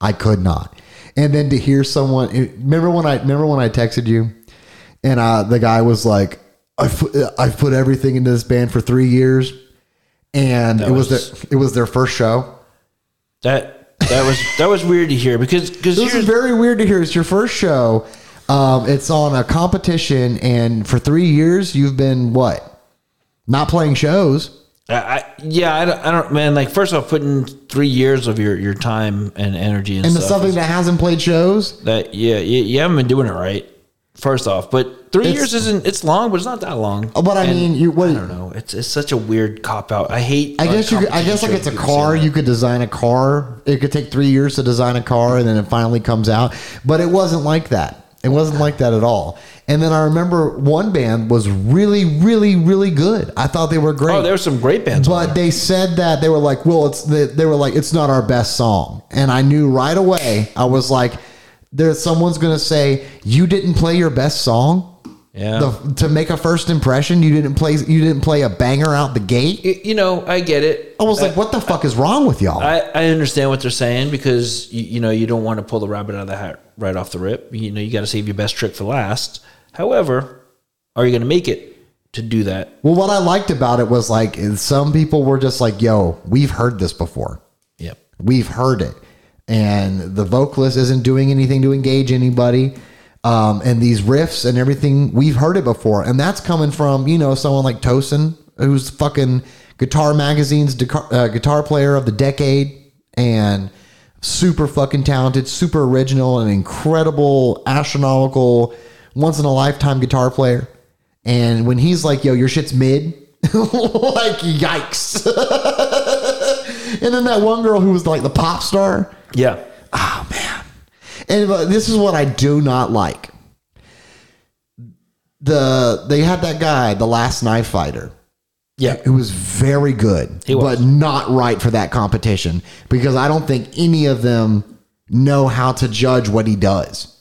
S1: I could not. And then to hear someone eh, remember when I remember when I texted you, and uh, the guy was like, "I've put, I've put everything into this band for three years," and it was,
S2: was-
S1: their, it was their first show.
S2: That that was that was weird to hear because because
S1: This is
S2: here's
S1: very weird to hear. It's your first show. Um, it's on a competition, and for three years you've been what? Not playing shows.
S2: I, I, yeah I don't, I don't man like first off putting three years of your your time and energy and,
S1: Into
S2: stuff
S1: something
S2: is-
S1: that hasn't played shows.
S2: that yeah you, you haven't been doing it right first off but three
S1: It's- Oh,
S2: years isn't it's long but it's not that long
S1: But I mean, you what?
S2: I don't know it's it's such a weird cop out I hate
S1: I guess you. Could, I guess like it's a car. You could design a car. It could take three years to design a car, and then it finally comes out. But it wasn't like that. It wasn't like that at all. And then I remember one band was really, really, really good. I thought they were great.
S2: Oh, there were some great bands. on
S1: But they said that they were like, well, it's they, they were like, it's not our best song, and I knew right away. I was like, there's someone's gonna say you didn't play your best song.
S2: Yeah.
S1: The, to make a first impression, you didn't play you didn't play a banger out the gate.
S2: there. Y- You know, I get it. Uh,
S1: I was like, what the fuck is wrong with y'all?
S2: I, I understand what they're saying because you, you know you don't want to pull the rabbit out of the hat right off the rip. You know you got to save your best trick for last. However, are you going to make it to do that?
S1: well, what I liked about it was like some people were just like, yo, we've heard this before.
S2: Yep.
S1: We've heard it. And the vocalist isn't doing anything to engage anybody. Um, and these riffs and everything, we've heard it before. And that's coming from, you know, someone like Tosin, who's fucking Guitar Magazine's deca- uh, guitar player of the decade and super fucking talented, super original, and incredible, astronomical, once in a lifetime guitar player. And when he's like, yo, your shit's mid, [LAUGHS] like, yikes. [LAUGHS] And then that one girl who was like the pop star.
S2: Yeah.
S1: Oh man. And uh, this is what I do not like. The they had that guy, the last knife fighter,
S2: Yeah.
S1: who was very good,
S2: He was.
S1: but not right for that competition because I don't think any of them know how to judge what he does.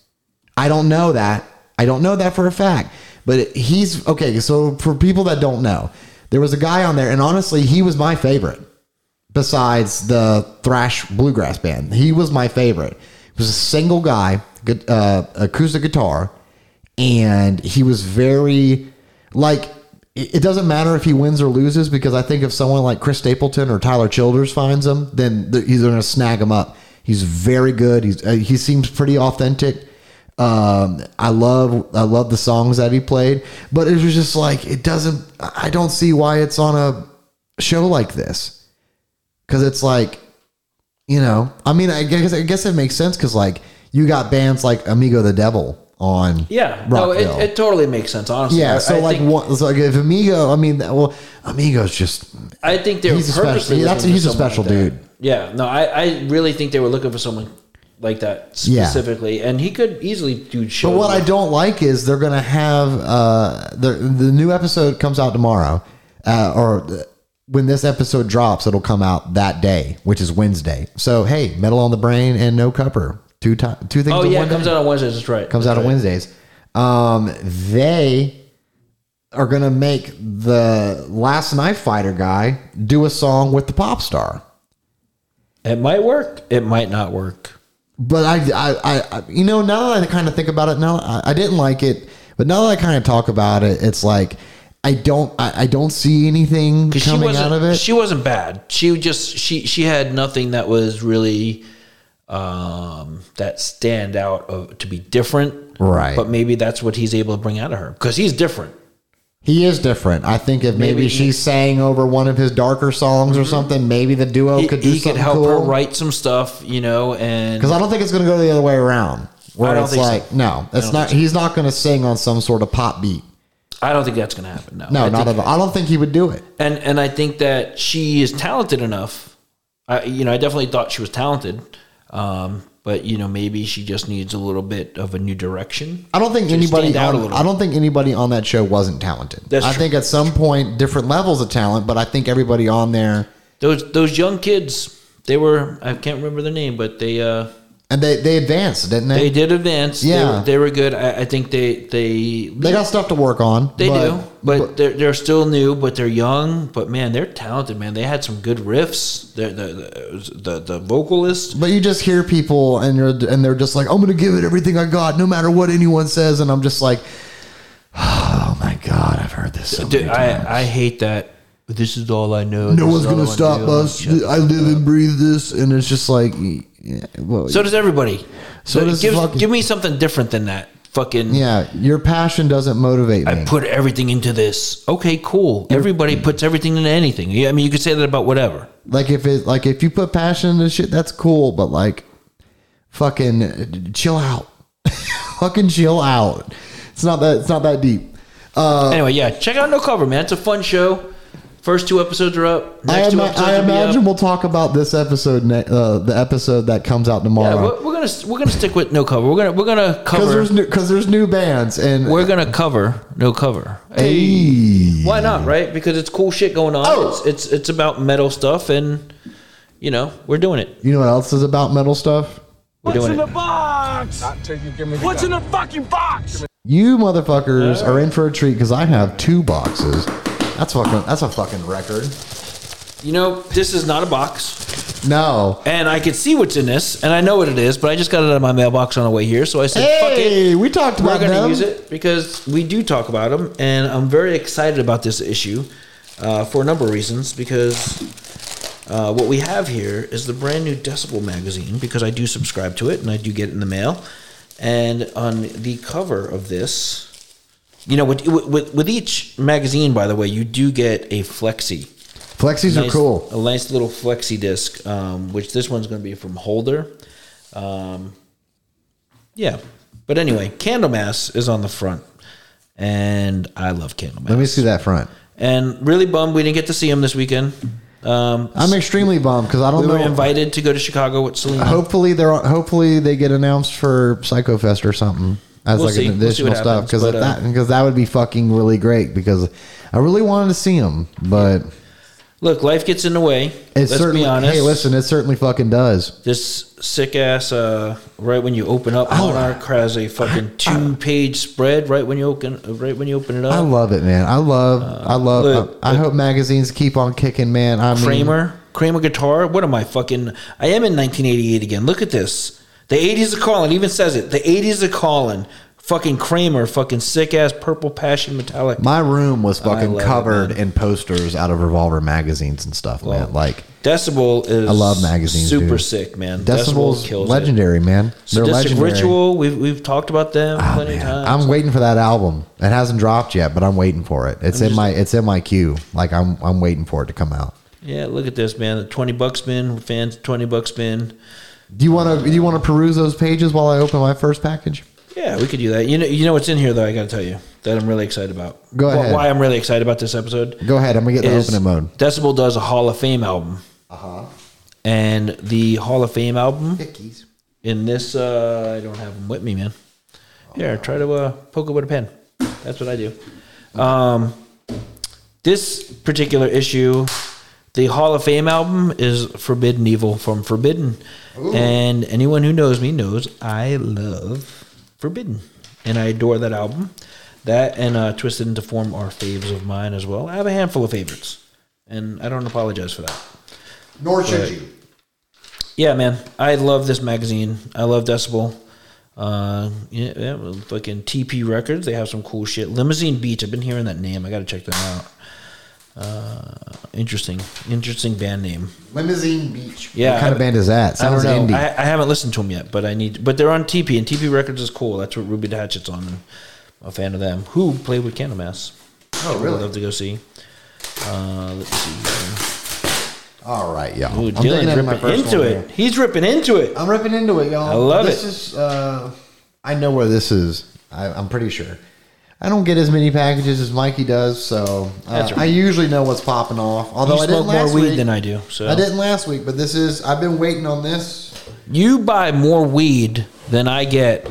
S1: I don't know that. I don't know that for a fact. But he's okay. So for people that don't know, there was a guy on there, and honestly, he was my favorite. Besides the thrash bluegrass band, he was my favorite. It was a single guy, gu- uh, acoustic guitar, and he was very like. It it doesn't matter if he wins or loses because I think if someone like Chris Stapleton or Tyler Childers finds him, then they're, he's going to snag him up. He's very good. He's uh, he seems pretty authentic. Um, I love I love the songs that he played, but it was just like it doesn't. I don't see why it's on a show like this because it's like, you know, I mean, I guess I guess it makes sense because like you got bands like Amigo the Devil on,
S2: Yeah. no, it,
S1: Rockville.
S2: it totally makes sense. Honestly.
S1: yeah. So like,
S2: think,
S1: one, so like if Amigo, I mean, that- well, Amigo's just
S2: I think they're
S1: he's a
S2: purposely
S1: special- that's-
S2: looking for
S1: he's a
S2: someone
S1: special
S2: like that.
S1: dude.
S2: Yeah. No, I, I really think they were looking for someone like that
S1: Yeah.
S2: specifically, and he could easily do shows.
S1: But what I
S2: like-
S1: don't like is they're gonna have uh, the the new episode comes out tomorrow, uh, or uh, when this episode drops, it'll come out that day, which is Wednesday. So hey, metal on the brain and no cupper, two ti two things.
S2: Oh
S1: in
S2: yeah,
S1: one
S2: it comes
S1: day.
S2: out on Wednesdays. That's right.
S1: comes out on Wednesdays. Um, they are gonna make the last knife fighter guy do a song with the pop star.
S2: It might work. It might not work.
S1: But I, I, I, I- you know, now that I kind of think about it, now I, I didn't like it, but now that I kind of talk about it, it's like I don't, I, I don't see anything
S2: 'Cause she
S1: coming
S2: wasn't,
S1: out of it.
S2: She wasn't bad. She just she she had nothing that was really um that stand out of to be different.
S1: Right.
S2: But maybe that's what he's able to bring out of her because he's different.
S1: he is different. I think if maybe,
S2: Maybe- Mm-hmm.
S1: she sang over one of his darker songs or something, maybe the duo
S2: He he
S1: Oh, could
S2: could,
S1: do something
S2: help
S1: cool.
S2: her write some stuff, you know, and
S1: Because I don't think it's going to go the other way around. Where
S2: I don't
S1: it's
S2: think so.
S1: like, no, it's
S2: don't
S1: not. He's not going to sing on some sort of pop beat.
S2: I don't think that's going to happen. No,
S1: No,
S2: I
S1: not
S2: think,
S1: at all. I don't think he would do it.
S2: And and I think that she is talented enough. I you know I definitely thought she was talented, um, but you know maybe she just needs a little bit of a new direction.
S1: I don't think
S2: To
S1: anybody.
S2: stand out a
S1: On,
S2: little.
S1: I don't think anybody on that show wasn't talented.
S2: That's
S1: I
S2: true.
S1: think at some point different levels of talent, but I think everybody on there
S2: those those young kids they were i can't remember their name but they uh
S1: and they they advanced, didn't
S2: they
S1: they? They,
S2: did advance
S1: Yeah.
S2: they were, they were good I, I think they they
S1: got stuff to work on.
S2: they
S1: but-
S2: do but, they're, they're still new but they're young but man they're talented man they had some good riffs the the the, the vocalist
S1: But you just hear people and you're and they're just like, I'm gonna give it everything I got, no matter what anyone says, and I'm just like, [SIGHS] oh my god, I've heard this. So
S2: Dude,
S1: many times.
S2: i i hate that this is all i know
S1: no
S2: this
S1: one's
S2: is all I
S1: gonna
S2: wanna
S1: stop
S2: do.
S1: us. I live and breathe this, and it's just like, yeah, well,
S2: so does everybody so,
S1: does
S2: give,
S1: fucking-
S2: give me something different than that fucking
S1: yeah, your passion doesn't motivate me.
S2: I put everything into this. Okay, cool. Everybody puts everything into anything. Yeah, I mean, you could say that about whatever.
S1: Like if it like if you put passion into shit, that's cool, but like fucking chill out. [LAUGHS] fucking chill out. It's not that it's not that deep.
S2: Oh. anyway, yeah, check out No Cover, man. It's a fun show. First two episodes are up. Next
S1: I,
S2: two
S1: ima-
S2: episodes
S1: I
S2: will be up.
S1: imagine we'll talk about this episode, ne- uh, the episode that comes out
S2: Yeah,
S1: tomorrow.
S2: we're, we're gonna we're gonna stick with no cover. We're gonna we're gonna
S1: because
S2: cover.
S1: there's new, because there's new bands and
S2: We're gonna cover no cover. Mm.
S1: Hey.
S2: Why not, right? Because it's cool shit going on.
S1: Oh.
S2: It's, it's it's about metal stuff, and you know we're doing it.
S1: You know what else is about metal stuff?
S2: We're
S5: What's in
S2: doing
S5: the
S2: it.
S5: box? What's in the fucking box?
S1: You motherfuckers are in for a treat because I have two boxes. That's fucking. That's a fucking record.
S2: You know this is not a box,
S1: No.
S2: and I could see what's in this, and I know what it is, but I just got it out of my mailbox on the way here, so I said, "Fuck it."
S1: Hey, we talked
S2: we're
S1: about
S2: going to
S1: them.
S2: use it because we do talk about them, and I'm very excited about this issue uh, for a number of reasons. Because uh, what we have here is the brand new Decibel magazine, because I do subscribe to it and I do get it in the mail. And on the cover of this, you know, with with, with each magazine, by the way, you do get a flexi.
S1: Flexies are
S2: Nice-
S1: cool.
S2: A nice little flexi disc, um, which this one's going to be from Holder. Um, yeah, but anyway, Candlemass is on the front, and I love Candlemass.
S1: Let me see that front.
S2: And really bummed we didn't get to see him this weekend. Um,
S1: I'm extremely bummed because I don't
S2: we were
S1: know.
S2: invited to go to Chicago with Selena.
S1: Hopefully they're hopefully they get announced for Psycho Fest or something as
S2: We'll
S1: like
S2: see.
S1: an
S2: We'll see
S1: additional
S2: what
S1: stuff
S2: happens,
S1: because
S2: but, uh,
S1: that because that would be fucking really great because I really wanted to see them, but
S2: Look, life gets in the way.
S1: it's
S2: Let's
S1: certainly
S2: be honest.
S1: hey listen it certainly fucking does.
S2: this sick ass uh, right when you open up
S1: Oh,
S2: Monarch has a fucking two page spread right when you open right when you open it up.
S1: I love it, man. I love I love.
S2: Oh. Uh, look,
S1: I, I hope magazines keep on kicking, man. I mean,
S2: Kramer, Kramer guitar. What am I fucking? I am in 1988 again. Look at this. The 80s are calling. Even says it. The 80s are calling. Fucking Kramer. Fucking sick ass purple passion metallic.
S1: My room was fucking
S2: love it,
S1: covered
S2: man.
S1: in posters out of Revolver magazines and stuff, man. Like
S2: Decibel is.
S1: I love magazines,
S2: Super
S1: dude.
S2: sick, man.
S1: Decibel's
S2: it.
S1: legendary, man.
S2: So
S1: They're
S2: District
S1: legendary.
S2: Ritual. We've we've talked about them
S1: Ah,
S2: plenty of
S1: man,
S2: times.
S1: I'm waiting for that album. It hasn't dropped yet, but I'm waiting for it. It's in my it's in my queue. Like I'm I'm waiting for it to come out.
S2: yeah, look at this, man. The 20 bucks bin fans. 20 bucks bin.
S1: Do you want to do you want to peruse those pages while I open my first package?
S2: Yeah, we could do that. You know, you know what's in here though. I got to tell you that I'm really excited about.
S1: Go
S2: Wh-
S1: ahead.
S2: Why I'm really excited about this episode.
S1: Go ahead. I'm gonna get the
S2: is
S1: opening mode. Uh-huh.
S2: Decibel does a Hall of Fame album. And the Hall of Fame album
S1: Hickeys.
S2: in this, uh, I don't have them with me, man. Here, try to uh, poke it with a pen. That's what I do. Um, this particular issue, the Hall of Fame album is Forbidden Evil from Forbidden. And anyone who knows me knows I love Forbidden. And I adore that album. That and uh, Twisted Into Form are faves of mine as well. I have a handful of favorites. And I don't apologize for that.
S1: Nor should you.
S2: Yeah, man, I love this magazine. I love Decibel. Uh, yeah, yeah, well, fucking TP Records. They have some cool shit. Limousine Beach. I've been hearing that name. I gotta check them out. Uh, interesting, interesting band name.
S1: Limousine Beach.
S2: Yeah,
S1: What kind of
S2: I-
S1: band is that?
S2: I
S1: Sounds
S2: don't know.
S1: indie.
S2: I, I haven't listened to them yet, but I need. But they're on TP, and TP Records is cool. That's what Ruby Hatchett's on. And I'm a fan of them. Who played with Candlemass?
S1: oh
S2: I'd love to go see. Uh, let's see.
S1: All right, y'all.
S2: Ooh,
S1: I'm digging
S2: Dylan's
S1: into my
S2: ripping
S1: first
S2: into
S1: one
S2: it.
S1: here.
S2: He's ripping into it.
S1: I'm ripping into it, y'all.
S2: I love
S1: this
S2: it.
S1: is, uh, I know where this is. I, I'm pretty sure. I don't get as many packages as Mikey does, so uh,
S2: That's right.
S1: I usually know what's popping off. Although
S2: you
S1: I didn't
S2: smoke more
S1: last
S2: weed
S1: week.
S2: than I do. So
S1: I didn't last week, but this is. I've been waiting on this.
S2: You buy more weed than I get.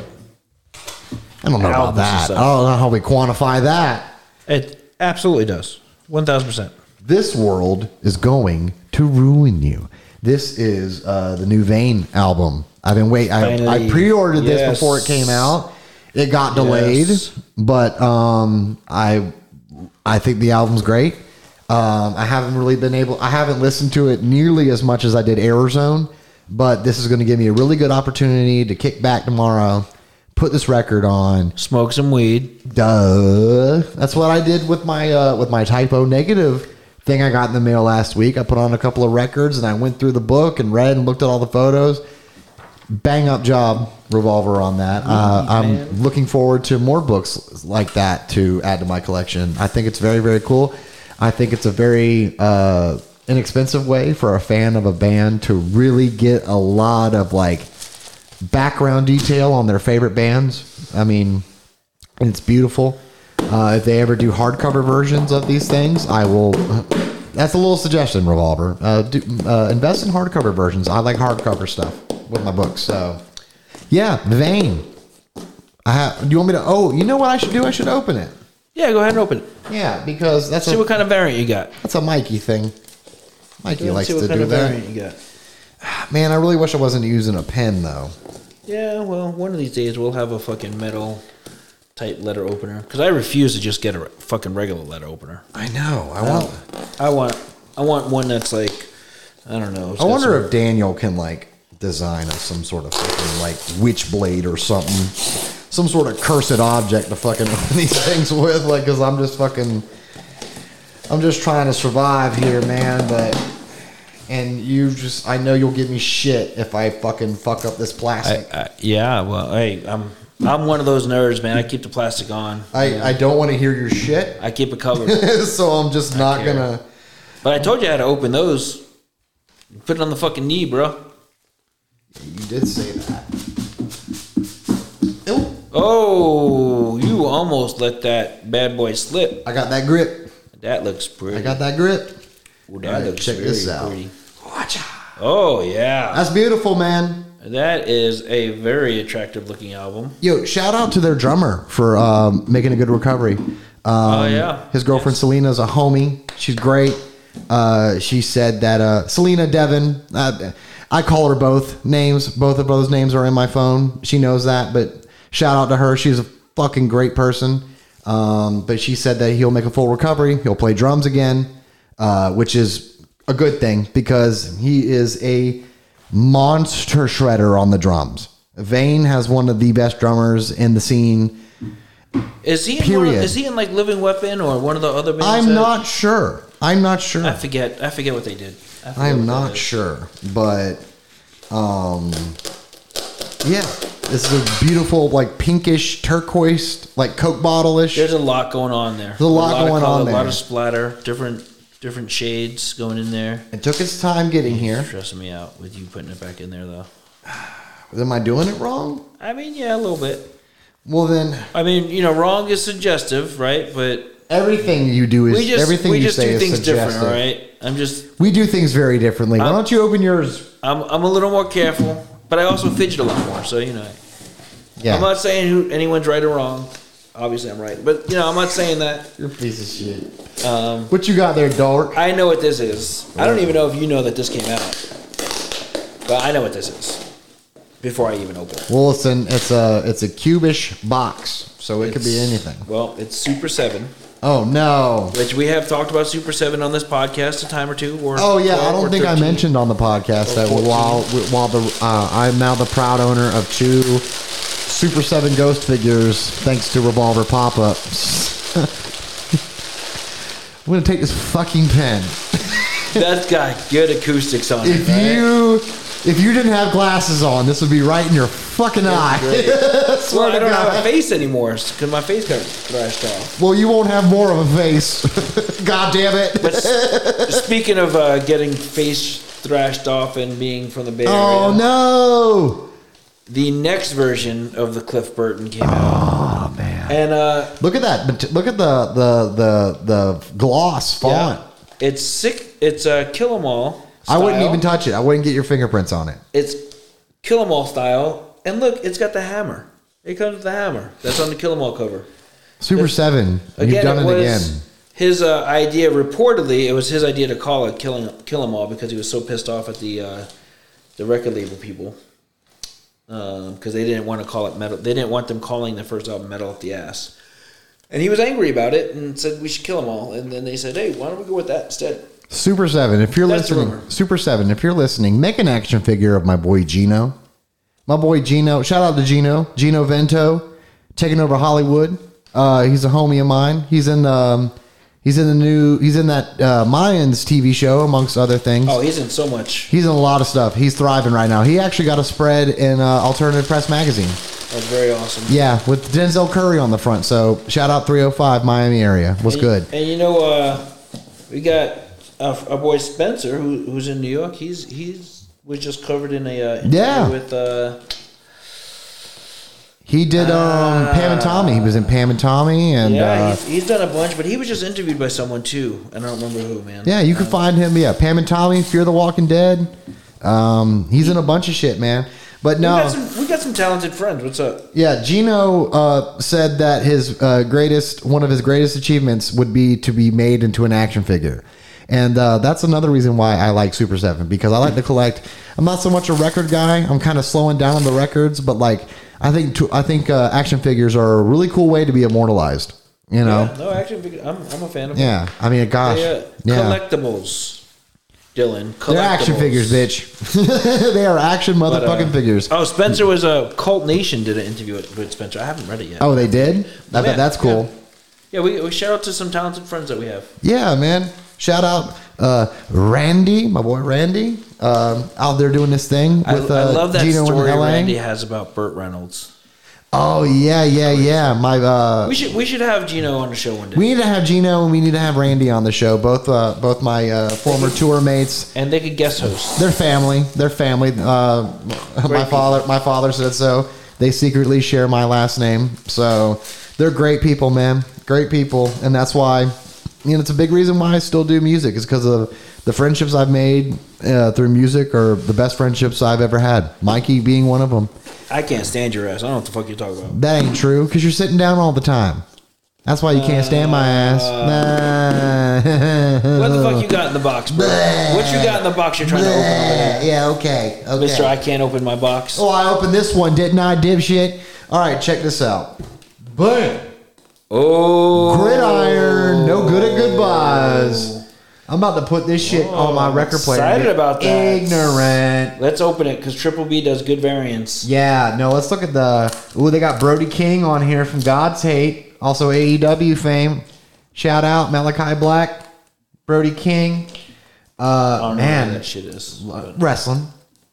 S1: I don't know about
S2: Albums and
S1: that. I
S2: stuff.
S1: don't know how we quantify that.
S2: It absolutely does. 1000%.
S1: This world is going to ruin you. This is uh, the new Vane album. I've been wait. I, I
S2: Finally.
S1: pre-ordered this
S2: Yes.
S1: before it came out. It got delayed,
S2: Yes.
S1: but um, I I think the album's great. Um, I haven't really been able. I haven't listened to it nearly as much as I did Error Zone, but this is going to give me a really good opportunity to kick back tomorrow, put this record on,
S2: Smoke some weed.
S1: Duh. That's what I did with my uh, with my typo negative thing I got in the mail last week. I put on a couple of records and I went through the book and read and looked at all the photos. Bang up job, revolver on that. Uh, I'm looking forward to more books like that to add to my collection. I think it's very very cool. I think it's a very uh, inexpensive way for a fan of a band to really get a lot of like background detail on their favorite bands. I mean, it's beautiful. Uh, if they ever do hardcover versions of these things, I will. that's a little suggestion, Revolver. Uh, do, uh, invest in hardcover versions. I like hardcover stuff with my books. So, yeah, Vane. I have. Do you want me to? Oh, you know what I should do? I should open it.
S2: Yeah, go ahead and open it.
S1: Yeah, because that's
S2: See
S1: a,
S2: what kind of variant you got.
S1: that's a Mikey thing. Mikey likes
S2: See
S1: to
S2: what kind
S1: do
S2: of
S1: that.
S2: variant you got.
S1: Man, I really wish I wasn't using a pen though.
S2: Yeah, well, one of these days we'll have a fucking metal type letter opener because I refuse to just get a re- fucking regular letter opener.
S1: I know. I
S2: I
S1: want.
S2: want, I want, I want one that's like, I don't know. it's
S1: I
S2: got
S1: wonder
S2: some-
S1: if Daniel can like design us some sort of fucking like witch blade or something, some sort of cursed object to fucking [LAUGHS] open these things with. Like, cause I'm just fucking, I'm just trying to survive here, man. But and you just, I know you'll give me shit if I fucking fuck up this plastic.
S2: I, I, yeah, well, hey, I'm, I'm one of those nerds, man. I keep the plastic on.
S1: I, I, don't want to hear your shit, [LAUGHS]
S2: I keep it covered. [LAUGHS]
S1: so I'm just not
S2: care.
S1: gonna.
S2: but I told you I had to open those. Put it on the fucking knee, bro.
S1: You did say that. Oh,
S2: Oh, you almost let that bad boy slip.
S1: I got that grip.
S2: That looks pretty.
S1: I got that grip.
S2: Ooh,
S1: All
S2: that
S1: right,
S2: looks
S1: check
S2: very
S1: this out.
S2: pretty.
S1: Watch out.
S2: Oh yeah,
S1: That's beautiful, man.
S2: that is a very attractive looking album.
S1: Yo, shout out to their drummer for um, making a good recovery. Um, oh
S2: yeah.
S1: his girlfriend Selena's a homie. She's great. Uh, she said that uh, Selena Devon. Uh, I call her both names. Both of those names are in my phone. She knows that. But shout out to her. She's a fucking great person. Um, but she said that he'll make a full recovery. He'll play drums again, uh, which is a good thing because he is a monster shredder on the drums. Vane has one of the best drummers in the scene.
S2: Is he? In one of,
S1: Period.
S2: is he in like Living Weapon or one of the other bands?
S1: I'm
S2: that-
S1: not sure. I'm not sure.
S2: I forget. I forget what they did. I forget
S1: I'm
S2: what they
S1: not
S2: did.
S1: sure, but um, yeah, this is a beautiful like pinkish turquoise, like Coke bottle ish.
S2: There's a lot going on there. There's
S1: a lot
S2: of
S1: going on
S2: A lot
S1: there.
S2: of splatter. Different different shades going in there.
S1: It took its time getting here.
S2: Stressing me out with you putting it back in there though.
S1: Am I doing it wrong?
S2: I mean, yeah, a little bit.
S1: Well, then
S2: I mean, you know, wrong is suggestive, right? But
S1: everything you do is
S2: we just
S1: everything
S2: we
S1: you
S2: just
S1: say
S2: do
S1: is
S2: things different,
S1: suggestive.
S2: all right? Um, I'm just
S1: We do things very differently. Why
S2: I'm-
S1: don't you open yours?
S2: I'm I'm a little more careful, but I also fidget a lot more. So you know,
S1: Yeah,
S2: I'm not saying who, anyone's right or wrong. Obviously, I'm right, but you know, I'm not saying that.
S1: you're a piece of shit.
S2: Um,
S1: what you got there, dark?
S2: I know what this is. I don't even know if you know that this came out, but I know what this is before I even open it.
S1: Well, listen, it's a it's a cubish box, so it could be
S2: It's-
S1: anything.
S2: Well, it's Super Seven,
S1: Oh no!
S2: which we have talked about Super Seven on this podcast a time or two. Or
S1: Oh yeah, I
S2: 12 or
S1: don't think I
S2: 13.
S1: mentioned on the podcast that
S2: Or 14.
S1: while while the uh, I'm now the proud owner of two Super Seven Ghost figures, thanks to Revolver Pop Up. [LAUGHS] I'm gonna take this fucking pen.
S2: That's got good acoustics on
S1: If
S2: it. right?
S1: you if you didn't have glasses on, this would be right in your fucking eye. [LAUGHS] Swear
S2: well, I
S1: to
S2: don't
S1: God. [LAUGHS]
S2: have a face anymore because my face got thrashed off.
S1: Well, you won't have more of a face. [LAUGHS] God damn it!
S2: But
S1: [LAUGHS]
S2: s- speaking of uh, getting face thrashed off and being from the Bay Area,
S1: oh no!
S2: the next version of the Cliff Burton came out.
S1: Oh man!
S2: And uh,
S1: Look at that! Look at the the the the gloss font.
S2: yeah, it's sick. It's uh, Kill 'Em All.
S1: I wouldn't
S2: style.
S1: even touch it. I wouldn't get your fingerprints on it.
S2: It's Kill 'Em All style. And look, it's got the hammer. It comes with the hammer. That's on the Kill 'Em All cover.
S1: Super Seven, you've done it, again.
S2: His uh, idea, reportedly, it was his idea to call it "Killing Kill 'Em All" because he was so pissed off at the uh, the record label people because they didn't want to call it metal. They didn't want them calling their first album "Metal Up the Ass," and he was angry about it and said we should kill them all. And then they said, "Hey, why don't we go with that instead?"
S1: Super Seven, if you're
S2: That's a
S1: listening,
S2: rumor.
S1: Super Seven, if you're listening, make an action figure of my boy Gino. My boy Gino, shout out to Gino, Gino Vento, taking over Hollywood. Uh, he's a homie of mine. He's in um, he's in the new he's in that uh, Mayans TV show amongst other things.
S2: Oh, he's in so much.
S1: He's in a lot of stuff. He's thriving right now. He actually got a spread in uh, Alternative Press magazine.
S2: That's very awesome.
S1: Yeah, with Denzel Curry on the front. So shout out 305 Miami area. What's
S2: And-
S1: good?
S2: And you know, uh, we got our, our boy Spencer, who, who's in New York. He's he's was just covered in a uh, interview
S1: Yeah.
S2: with uh,
S1: He did um, Pam and Tommy. He was in Pam and Tommy, and
S2: Yeah,
S1: uh,
S2: he's, he's done a bunch, but he was just interviewed by someone too, and I don't remember who, man.
S1: yeah, you can find him. Yeah, Pam and Tommy, Fear the Walking Dead. Um, he's in a bunch of shit, man. But
S2: we
S1: no,
S2: got some we got some talented friends. What's up?
S1: Yeah, Gino uh, said that his uh, greatest, one of his greatest achievements would be to be made into an action figure. And uh, that's another reason why I like Super 7 because I like to collect. I'm not so much a record guy. I'm kind of slowing down on the records, but like I think to, I think uh, action figures are a really cool way to be immortalized. You know?
S2: Yeah, no, actually, I'm, I'm a fan of. them.
S1: Yeah. I mean, gosh.
S2: They, uh,
S1: yeah.
S2: collectibles. Dylan, collectibles.
S1: They're action figures, bitch. [LAUGHS] they are action
S2: But, uh,
S1: motherfucking figures.
S2: Oh, Spencer was a Cult Nation did an interview with, with Spencer. I haven't read it yet.
S1: Oh, they did? I
S2: Yeah,
S1: bet that's cool.
S2: Yeah, we, we shout out to some talented friends that we have.
S1: Yeah, man. Shout out uh, Randy, my boy Randy, um, out there doing this thing
S2: I,
S1: with uh,
S2: I love that
S1: Gino in
S2: story
S1: LA.
S2: Randy has about Burt Reynolds.
S1: Oh yeah, yeah, yeah. My uh,
S2: We should we should have Gino on the show one day,
S1: we need to have Gino and we need to have Randy on the show. Both uh, both my uh, former tour mates.
S2: and they could guest host.
S1: Their family, their family. Uh, my father, my father said so. They secretly share my last name, so they're great people, man. Great people, and that's why you know it's a big reason why I still do music is because of the friendships I've made uh, through music are the best friendships I've ever had. Mikey being one of them.
S2: I can't stand your ass. I don't know what the fuck you're talking about.
S1: That ain't true because you're sitting down all the time. That's why you can't stand my ass. [LAUGHS] Nah.
S2: Uh, What the fuck you got in the box, bro?
S1: Bleh.
S2: What you got in the box you're trying to open? over there?
S1: Yeah. Okay. Okay.
S2: Mister, I can't open my box.
S1: Oh, I opened this one, didn't I, dipshit? All right, check this out. Boom.
S2: Oh,
S1: Gridiron, no good at goodbyes. I'm about to put this shit on my record player. and
S2: Oh, excited
S1: get
S2: about that.
S1: Ignorant.
S2: Let's open it because Triple B does good variants.
S1: Yeah, no, let's look at the. Ooh, they got Brody King on here from God's Hate, also AEW fame. Shout out Malachi Black, Brody King. Uh,
S2: I don't know
S1: man.
S2: what that shit is. but-
S1: Wrestling,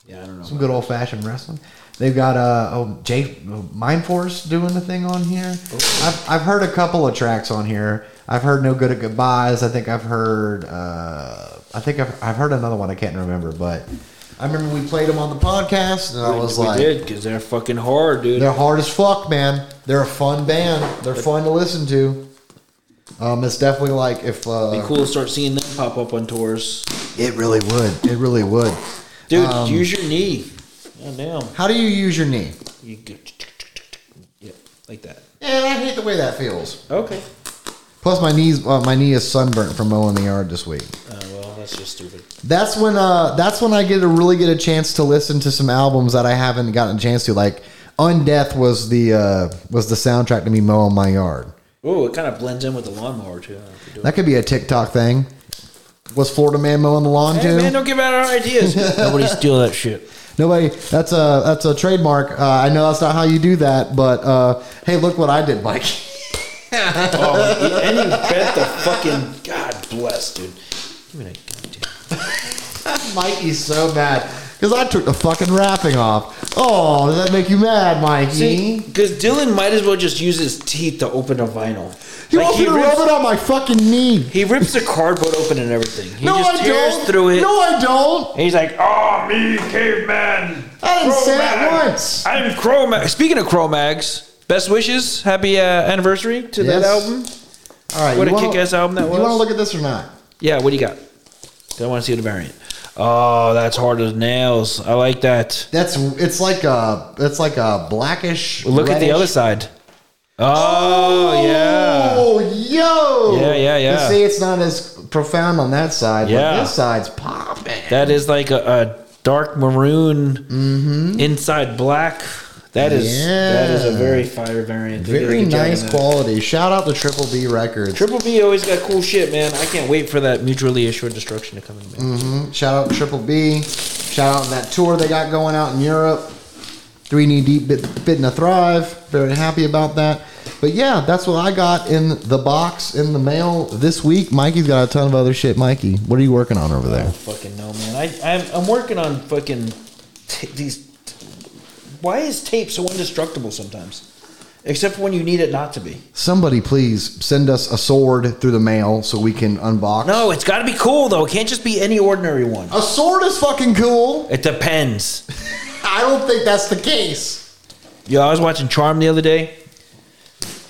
S2: yeah, I don't know.
S1: some good old fashioned wrestling. They've got uh oh Jay Mind Force doing the thing on here.
S2: Oh.
S1: I've I've heard a couple of tracks on here. I've heard No Good at Goodbyes. I think I've heard uh I think I've, I've heard another one I can't remember, but I remember we played them on the podcast and I was
S2: we
S1: like
S2: did because they're fucking hard, dude.
S1: they're hard as fuck, man. They're a fun band. They're fun to listen to. Um, it's definitely like if
S2: Be
S1: uh,
S2: cool to start seeing them pop up on tours,
S1: it really would. It really would.
S2: dude.
S1: Um,
S2: use your knee. Oh damn,
S1: How do you use your knee?
S2: you go, yeah, like that.
S1: And Eh, I hate the way that feels.
S2: Okay.
S1: Plus, my knees, uh, my knee is sunburnt from mowing the yard this week.
S2: Uh, well, that's just stupid.
S1: That's when, uh, that's when I get to really get a chance to listen to some albums that I haven't gotten a chance to. Like, Undeath was the uh, was the soundtrack to me mowing my yard.
S2: Oh, it kind of blends in with the lawnmower too. I don't know if you do it.
S1: That could be a TikTok thing. Was Florida man mowing the lawn
S2: Hey
S1: too?
S2: man, don't give out our
S1: [LAUGHS]
S2: ideas. Nobody steal that shit.
S1: Nobody. That's a that's a trademark. Uh, I know that's not how you do that, but uh, hey, look what I did, Mike. [LAUGHS]
S2: Oh, and you bet the fucking God bless, dude. Give me that goddamn.
S1: Mikey's so mad because I took the fucking wrapping off. Oh, does that make you mad, Mikey?
S2: Because Dylan might as well just use his teeth to open a vinyl.
S1: You
S2: Like,
S1: want me to
S2: rips,
S1: rub it on my fucking knee?
S2: he rips the cardboard open and everything. He
S1: no,
S2: just
S1: I
S2: tears
S1: don't.
S2: through it.
S1: No, I don't.
S2: And he's like, oh,
S5: Ah, me, caveman.
S1: I didn't say that
S5: Crow-man.
S1: once.
S2: I'm Cro Mag. Speaking of Cro Mags, best wishes. Happy uh, anniversary to that
S1: Yes.
S2: album.
S1: All right,
S2: What
S1: you
S2: a
S1: wanna-
S2: kick-ass album that was.
S1: You want to look at this or not?
S2: Yeah, what do you got? 'Cause I want to see the variant. Oh, that's hard as nails. I like that.
S1: That's it's like a it's like a blackish.
S2: Look at the
S1: reddish-
S2: other side. Oh, yeah.
S1: Oh, yo.
S2: Yeah, yeah, yeah.
S1: You see, it's not as profound on that side,
S2: Yeah.
S1: but this side's popping.
S2: That is like a, a dark maroon Mm-hmm. inside black. That is that is a
S1: Yeah.
S2: very fire variant. They did a
S1: Very
S2: good job
S1: nice
S2: on that.
S1: quality. Shout out to Triple B Records.
S2: Triple B always got cool shit, man. I can't wait for that mutually assured destruction to come in. Man.
S1: Shout out Triple B. Shout out that tour they got going out in Europe. Three knee deep, bit, bit in a thrive. Very happy about that. But yeah, that's what I got in the box in the mail this week. Mikey's got a ton of other shit. Mikey, what are you working on over
S2: I
S1: there?
S2: don't fucking know, man. I, I'm, I'm working on fucking t- these. t- why is tape so indestructible sometimes? Except when you need it not to be.
S1: Somebody, please send us a sword through the mail so we can unbox.
S2: No, it's got to be cool though. It can't just be any ordinary one.
S1: A sword is fucking cool.
S2: It depends.
S1: I don't think that's the case.
S2: Yo, I was watching Charm the other day,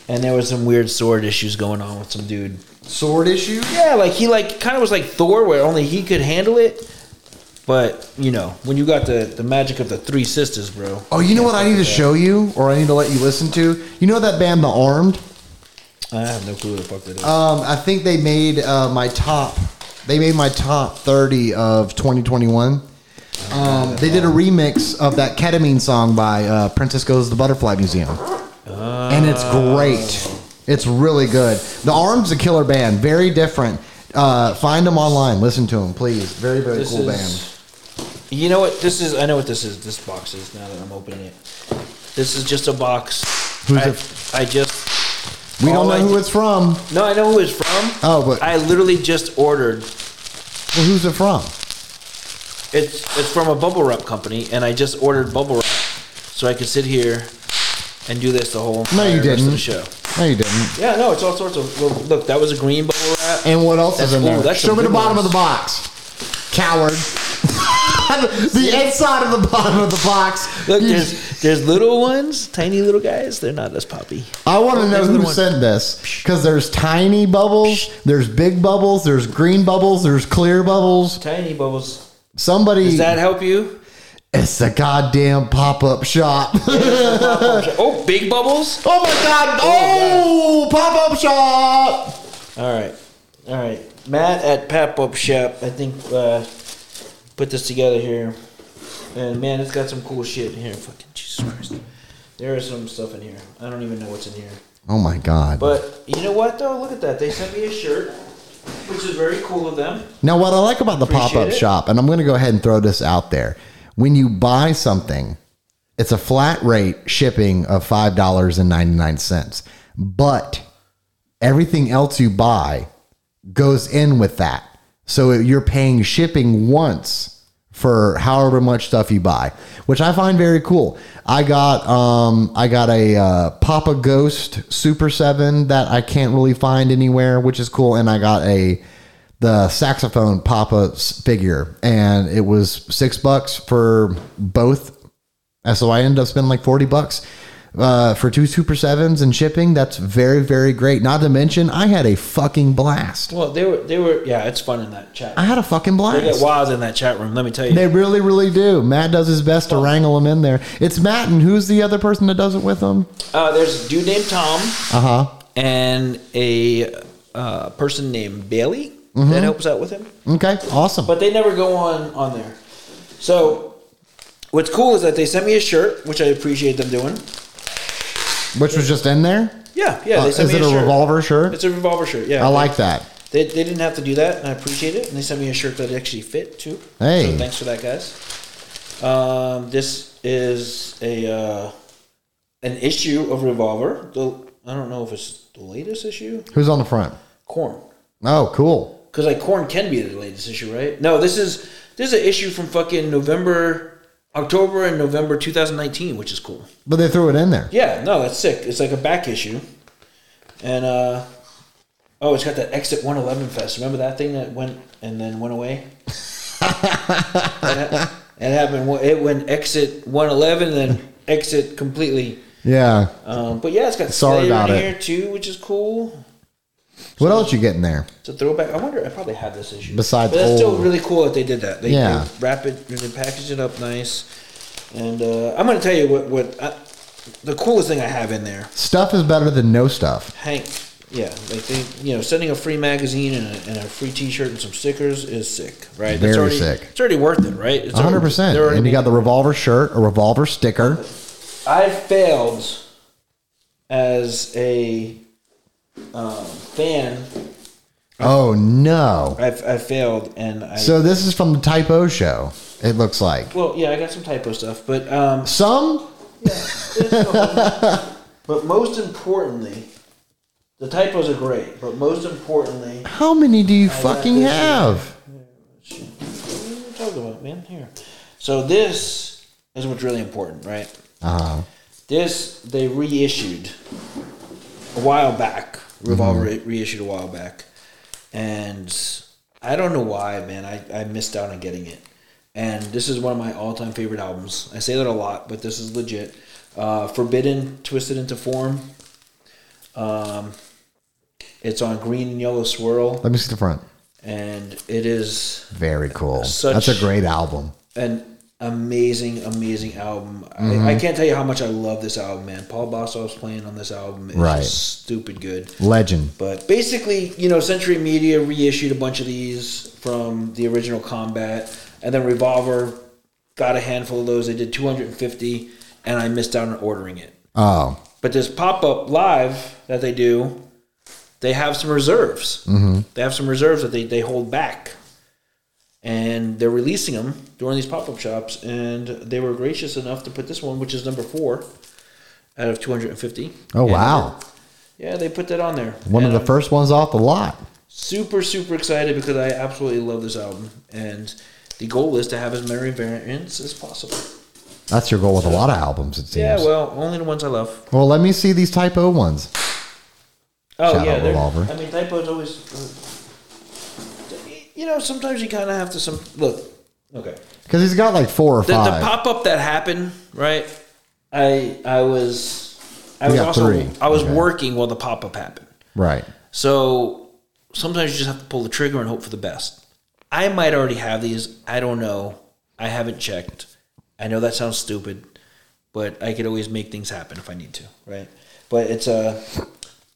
S2: and there was some weird sword issues going on with some dude.
S1: Sword issue?
S2: Yeah, like he like kind of was like Thor, where only he could handle it. But you know, when you got the the magic of the three sisters, bro.
S1: Oh, you know what I need to show you, or I need to let you listen to? You know that band, The Armed?
S2: I have no clue what the fuck that is.
S1: Um, I think they made uh, my top. They made my top thirty of 2021. Um, they did a remix of that ketamine song by uh, Princess Goes to the Butterfly Museum, and it's great. It's really good. The Arms a killer band, very different. Uh, find them online, listen to them, please. Very very
S2: This
S1: cool
S2: is-
S1: band.
S2: You know what? This is. I know what this is. This box is now that I'm opening it. This is just a box.
S1: Who's
S2: I,
S1: it?
S2: I just.
S1: We don't
S2: all I
S1: know who
S2: did-
S1: it's from.
S2: No, I know who it's from.
S1: Oh, but-
S2: I literally just ordered.
S1: Well, who's it from?
S2: It's it's from a bubble wrap company, and I just ordered bubble wrap so I could sit here and do this the whole.
S1: No,
S2: entire rest
S1: you
S2: of
S1: didn't.
S2: The show.
S1: No, you didn't.
S2: Yeah, no, it's all sorts of. Look, look that was a green bubble wrap.
S1: And what else
S2: That's
S1: is in
S2: cool.
S1: there?
S2: That's
S1: Show
S2: some
S1: me the
S2: good
S1: bottom
S2: ones.
S1: of the box, coward. [LAUGHS] the inside of the bottom of the box.
S2: Look,
S1: You-
S2: there's there's little ones, tiny little guys. They're not as poppy.
S1: I want to know
S2: There's the
S1: who
S2: one.
S1: sent this because there's tiny bubbles, there's big bubbles, there's green bubbles, there's clear bubbles.
S2: Tiny bubbles.
S1: Somebody,
S2: Does that help you?
S1: it's a goddamn pop up shop. [LAUGHS]
S2: Oh, big bubbles.
S1: oh my god! Oh, pop up shop.
S2: All right, all right. Matt at Pop Up Shop, I think, uh, put this together here, and man, it's got some cool shit in here. Fucking Jesus Christ, there is some stuff in here. I don't even know what's in here.
S1: Oh my god!
S2: But you know what though? Look at that. They sent me a shirt, which is very cool of them.
S1: Now, what I like about the
S2: Appreciate
S1: pop up
S2: it.
S1: shop, and I'm going to go ahead and throw this out there when you buy something, it's a flat rate shipping of $5.99. But everything else you buy goes in with that. So you're paying shipping once for however much stuff you buy, which I find very cool. I got um I got a uh, Papa Ghost Super 7 that I can't really find anywhere, which is cool and I got a the saxophone Papa s- figure and it was 6 bucks for both and so I ended up spending like 40 bucks uh, for two Super Sevens and shipping. That's very, very great. Not to mention, I had a fucking blast.
S2: Well, they were, they were. Yeah, it's fun in that chat.
S1: I had a fucking
S2: They get
S1: blast.
S2: wild in that chat room. Let me tell you.
S1: They really, really do. Matt does his best to wrangle them in there. It's Matt, and who's the other person that does it with him?
S2: Uh, there's a dude named Tom
S1: Uh huh.
S2: and a uh, person named Bailey
S1: Mm-hmm.
S2: that helps out with him.
S1: Okay, awesome.
S2: but they never go on on there. So what's cool is that they sent me a shirt, which I appreciate them doing.
S1: Which was just in there?
S2: Yeah, yeah.
S1: Uh,
S2: They
S1: is
S2: sent me
S1: it a
S2: shirt.
S1: revolver shirt?
S2: It's a revolver shirt. Yeah,
S1: I like that.
S2: They, they didn't have to do that, and I appreciate it. And they sent me a shirt that actually fit too.
S1: Hey.
S2: so thanks for that, guys. Um, this is a uh, an issue of Revolver. The, I don't know if it's the latest issue.
S1: Who's on the front?
S2: Corn,
S1: Oh, cool.
S2: because like Corn can be the latest issue, right? No, this is this is an issue from fucking November, October and November 2019, which is cool.
S1: But they threw it in there.
S2: Yeah, no, that's sick. It's like a back issue. And uh oh, it's got that Exit 111 Fest. Remember that thing that went and then went
S1: [LAUGHS]
S2: away? it happened. It went Exit 111 and then Exit completely.
S1: Yeah.
S2: Um, but yeah, it's got Slayer
S1: Sorry about
S2: in
S1: it.
S2: here too, which is cool.
S1: What else you get in there?
S2: It's a throwback. I wonder. I probably had this issue.
S1: Besides
S2: but that's still
S1: old-
S2: really cool that they did that. They,
S1: Yeah.
S2: they wrap it and they package it up nice. And uh, I'm gonna tell you what what I, the coolest thing I have in there
S1: Stuff is better than no stuff.
S2: Hank, yeah, like they, you know, sending a free magazine and a, and a free T-shirt and some stickers is sick, right?
S1: Very
S2: already,
S1: sick.
S2: It's already worth it, right? It's
S1: 100%.
S2: already- they're already
S1: And you got the
S2: making-
S1: revolver shirt, a revolver sticker.
S2: I failed as a um, fan.
S1: Oh no!
S2: I, I failed, and I
S1: So this is from the Typo Show. It looks like
S2: well, yeah, I got some typo stuff, but um,
S1: some.
S2: but most importantly, the typos are great. But most importantly,
S1: How many do you
S2: got
S1: fucking
S2: this.
S1: have?
S2: what are you talking about, man? Here, so this is what's really important, right?
S1: Uh,
S2: This they reissued a while back. Revolver re- reissued a while back, and I don't know why, man. I, I missed out on getting it. And this is one of my all time favorite albums. I say that a lot, but this is legit. Uh, Forbidden, Twisted into Form. Um, it's on green and yellow swirl,
S1: Let me see the front.
S2: and it is
S1: Very cool.
S2: Such-
S1: That's a great album.
S2: an amazing, amazing album. I, I can't tell you how much I love this album, man. Paul Bossoff's playing on this album is
S1: Right.
S2: just stupid good.
S1: Legend.
S2: But basically, you know, Century Media reissued a bunch of these from the original Combat, and then Revolver got a handful of those. They did 250, and I missed out on ordering it.
S1: Oh,
S2: But this pop up live that they do, they have some reserves. Mm-hmm. They have some reserves that they, they hold back. And they're releasing them during these pop up shops. And they were gracious enough to put this one, which is number four out of 250.
S1: oh
S2: And,
S1: wow!
S2: Yeah, they put that on there.
S1: One of
S2: And
S1: the
S2: I'm
S1: first ones off the lot.
S2: Super, super excited because I absolutely love this album. And the goal is to have as many variants as possible.
S1: That's your goal with a lot of albums, it seems.
S2: Yeah,
S1: well,
S2: well, only the ones I love.
S1: let me see these typo ones.
S2: Oh
S1: Shout
S2: yeah,
S1: out
S2: they're-
S1: Revolver.
S2: I mean, typos always. uh, you know, sometimes you kind of have to some look. Okay,
S1: Because he's got like four or
S2: the, the
S1: five.
S2: pop up that happened, right? I I was I was
S1: got
S2: also
S1: three.
S2: I was
S1: Okay.
S2: working while the pop up happened,
S1: right.
S2: so sometimes you just have to pull the trigger and hope for the best. I might already have these. I don't know. I haven't checked. I know that sounds stupid, but I could always make things happen if I need to, right? But it's a uh,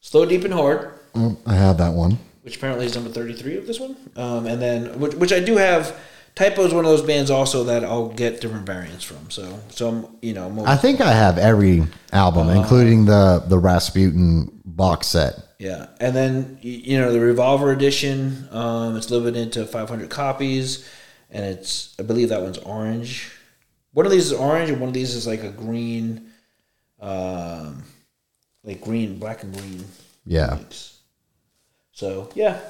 S2: slow, deep, and hard.
S1: Mm, I have that one.
S2: which apparently is number 33 of this one. Um, and then, which, which I do have, Typo is one of those bands also that I'll get different variants from. So, so I'm, you know, I'm
S1: I think I have every album,
S2: Uh-huh.
S1: including the the Rasputin box set.
S2: yeah. And then, y- you know, the Revolver edition, um, it's limited to 500 copies. And it's, I believe that one's orange. One of these is orange and one of these is like a green, um, like green, black and green.
S1: Yeah.
S2: mix. So, yeah.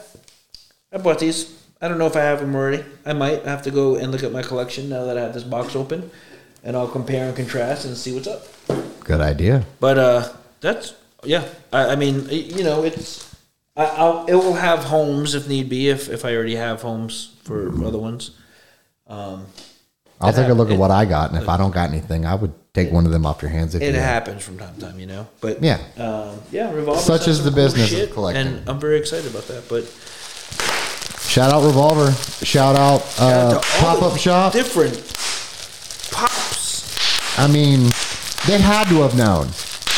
S2: I bought these. I don't know if I have them already. I might have to go and look at my collection now that I have this box open, and I'll compare and contrast and see what's up.
S1: Good idea.
S2: But uh, that's yeah. I, I mean, y- you know, it's I, I'll it will have homes if need be if if I already have homes for other ones.
S1: I'll take a look at
S2: it-
S1: what I got, and if I don't got anything, I would take one of them off your hands. If
S2: It
S1: you had.
S2: happens from time to time, you know. But
S1: Yeah.
S2: um, yeah, revolver.
S1: Such
S2: sent
S1: is
S2: some
S1: the business of
S2: shit,
S1: collecting.
S2: and I'm very excited about that. But
S1: Shout out Revolver. Shout out uh,
S2: to all
S1: Pop
S2: the
S1: Up Shop.
S2: different pops.
S1: I mean, they had to have known.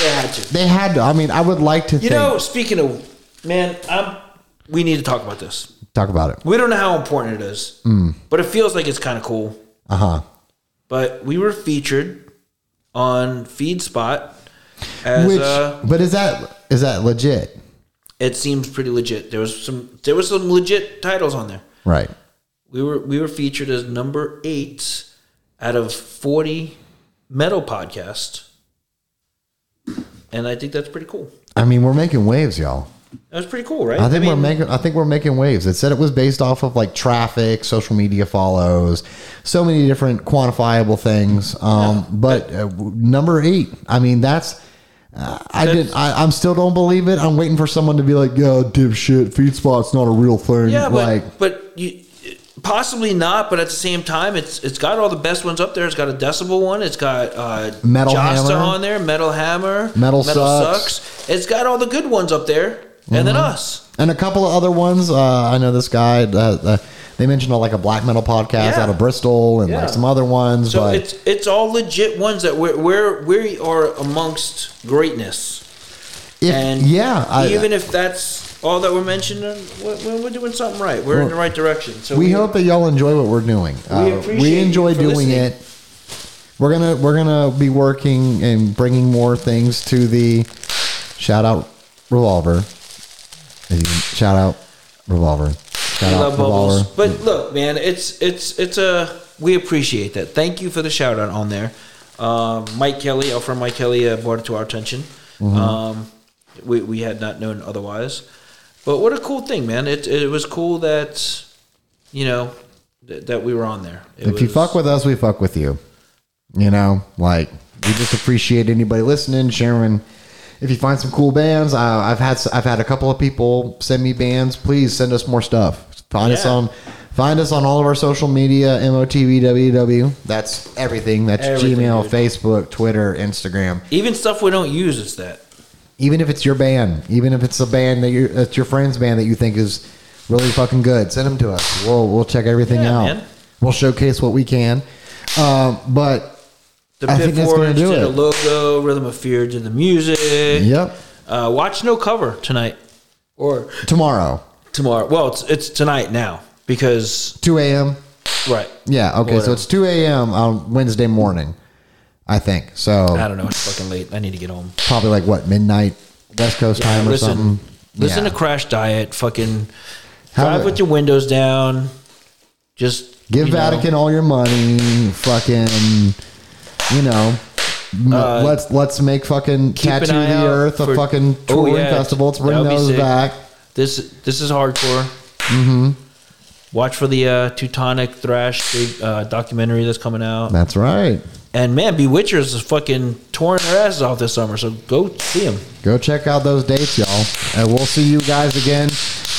S2: They had to.
S1: They had to. I mean, I would like to
S2: You
S1: think.
S2: know, speaking of man, I'm, we need to talk about this.
S1: talk about it.
S2: We don't know how important it is,
S1: Hmm.
S2: but it feels like it's kind of cool.
S1: Uh huh.
S2: But we were featured on FeedSpot as
S1: Which,
S2: uh,
S1: but is that is that legit?
S2: it seems pretty legit. There was some there was some legit titles on there.
S1: Right.
S2: We were we were featured as number eight out of forty metal podcasts, and I think that's pretty cool.
S1: I mean, we're making waves, y'all.
S2: That was pretty cool, right?
S1: I think
S2: mean,
S1: we're making. I think we're making waves. It said it was based off of like traffic, social media follows, so many different quantifiable things. Um, but uh, w- number eight. I mean, that's. Uh, I didn't. I, I'm still don't believe it. I'm waiting for someone to be like, "Yo, dipshit, feed spot's not a real thing."
S2: Yeah, but
S1: like,
S2: but you possibly not. But at the same time, it's it's got all the best ones up there. It's got a decibel one. It's got uh,
S1: Metal
S2: Josta
S1: Hammer.
S2: on there. Metal Hammer.
S1: Metal Sucks. Mm-hmm.
S2: It's got all the good ones up there, and then us.
S1: and a couple of other ones. Uh, I know this guy. Uh, uh, they mentioned uh, like a black metal podcast
S2: Yeah.
S1: out of Bristol, and
S2: Yeah.
S1: like some other ones.
S2: So
S1: but
S2: it's it's all legit ones that we're we're we are amongst greatness.
S1: if,
S2: And
S1: yeah, I,
S2: even if that's all that we're mentioning, we're, we're doing something right. We're in the right direction. So
S1: we hope that y'all enjoy what we're doing. Uh, We,
S2: appreciate
S1: we
S2: you
S1: enjoy
S2: for
S1: doing
S2: listening.
S1: it. We're gonna we're gonna be working and bringing more things to the shout out revolver. Shout out revolver. Shout
S2: I
S1: out
S2: love
S1: revolver.
S2: bubbles. But look, man, it's it's it's a we appreciate that. Thank you for the shout out on there, Um Mike Kelly. Our friend Mike Kelly uh, brought it to our attention.
S1: Mm-hmm.
S2: Um, we we had not known otherwise. But what a cool thing, man! It it was cool that you know th- that we were on there. It
S1: if you
S2: was-
S1: fuck with us, we fuck with you. You know, like we just appreciate anybody listening, sharing. If you find some cool bands, I, I've had s- I've had a couple of people send me bands. Please send us more stuff. Find us
S2: Yeah.
S1: on Find us on all of our social media, MOTVWW. That's everything. That's
S2: Everything,
S1: Gmail,
S2: dude.
S1: Facebook, Twitter, Instagram.
S2: Even stuff we don't use, it's that.
S1: Even if it's your band, even if it's a band that you're, it's your friend's band that you think is really fucking good, send them to us. We'll, we'll check everything
S2: Yeah,
S1: out.
S2: man.
S1: We'll showcase what we can. Um, but
S2: The
S1: I
S2: Pit
S1: think that's gonna
S2: Forge
S1: do
S2: did
S1: it.
S2: the logo, Rhythm of Fear did the music.
S1: Yep.
S2: Uh, watch No Cover tonight or
S1: tomorrow,
S2: tomorrow. Well, it's it's tonight now because
S1: 2 a.m.
S2: right.
S1: Yeah. Okay. So
S2: Whatever.
S1: it's 2 a.m. on Wednesday morning, I think.
S2: I
S1: So
S2: don't know. It's fucking late. I need to get home.
S1: probably like what midnight West Coast time or
S2: listen,
S1: something.
S2: listen
S1: Yeah.
S2: to Crash Diet. Fucking
S1: How
S2: drive
S1: the-
S2: with your windows down. Just
S1: Give
S2: you know,
S1: Vatican all your money. Fucking, you know, m-
S2: Uh,
S1: let's let's make fucking
S2: keep an
S1: tattoo
S2: eye
S1: the
S2: out
S1: earth a
S2: for-
S1: fucking
S2: oh,
S1: touring
S2: yeah,
S1: festival. Let's
S2: that
S1: bring
S2: would be
S1: those
S2: sick.
S1: back.
S2: This this is hardcore. Mm-hmm. Watch for the uh, Teutonic Thrash big, uh, documentary that's coming out.
S1: That's right.
S2: And man, Bewitchers is fucking touring their asses off this summer. So go see them.
S1: Go check out those dates, y'all, and we'll see you guys again.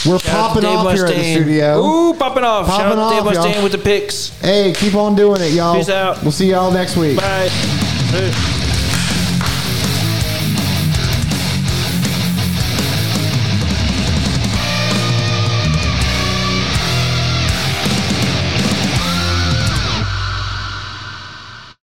S1: We're popping off here at the studio.
S2: Ooh, popping off. Shout
S1: Popping
S2: out to Dave
S1: off, y'all.
S2: Mustaine with the picks.
S1: Hey, keep on doing it, y'all.
S2: Peace out.
S1: We'll see y'all next week.
S2: Bye.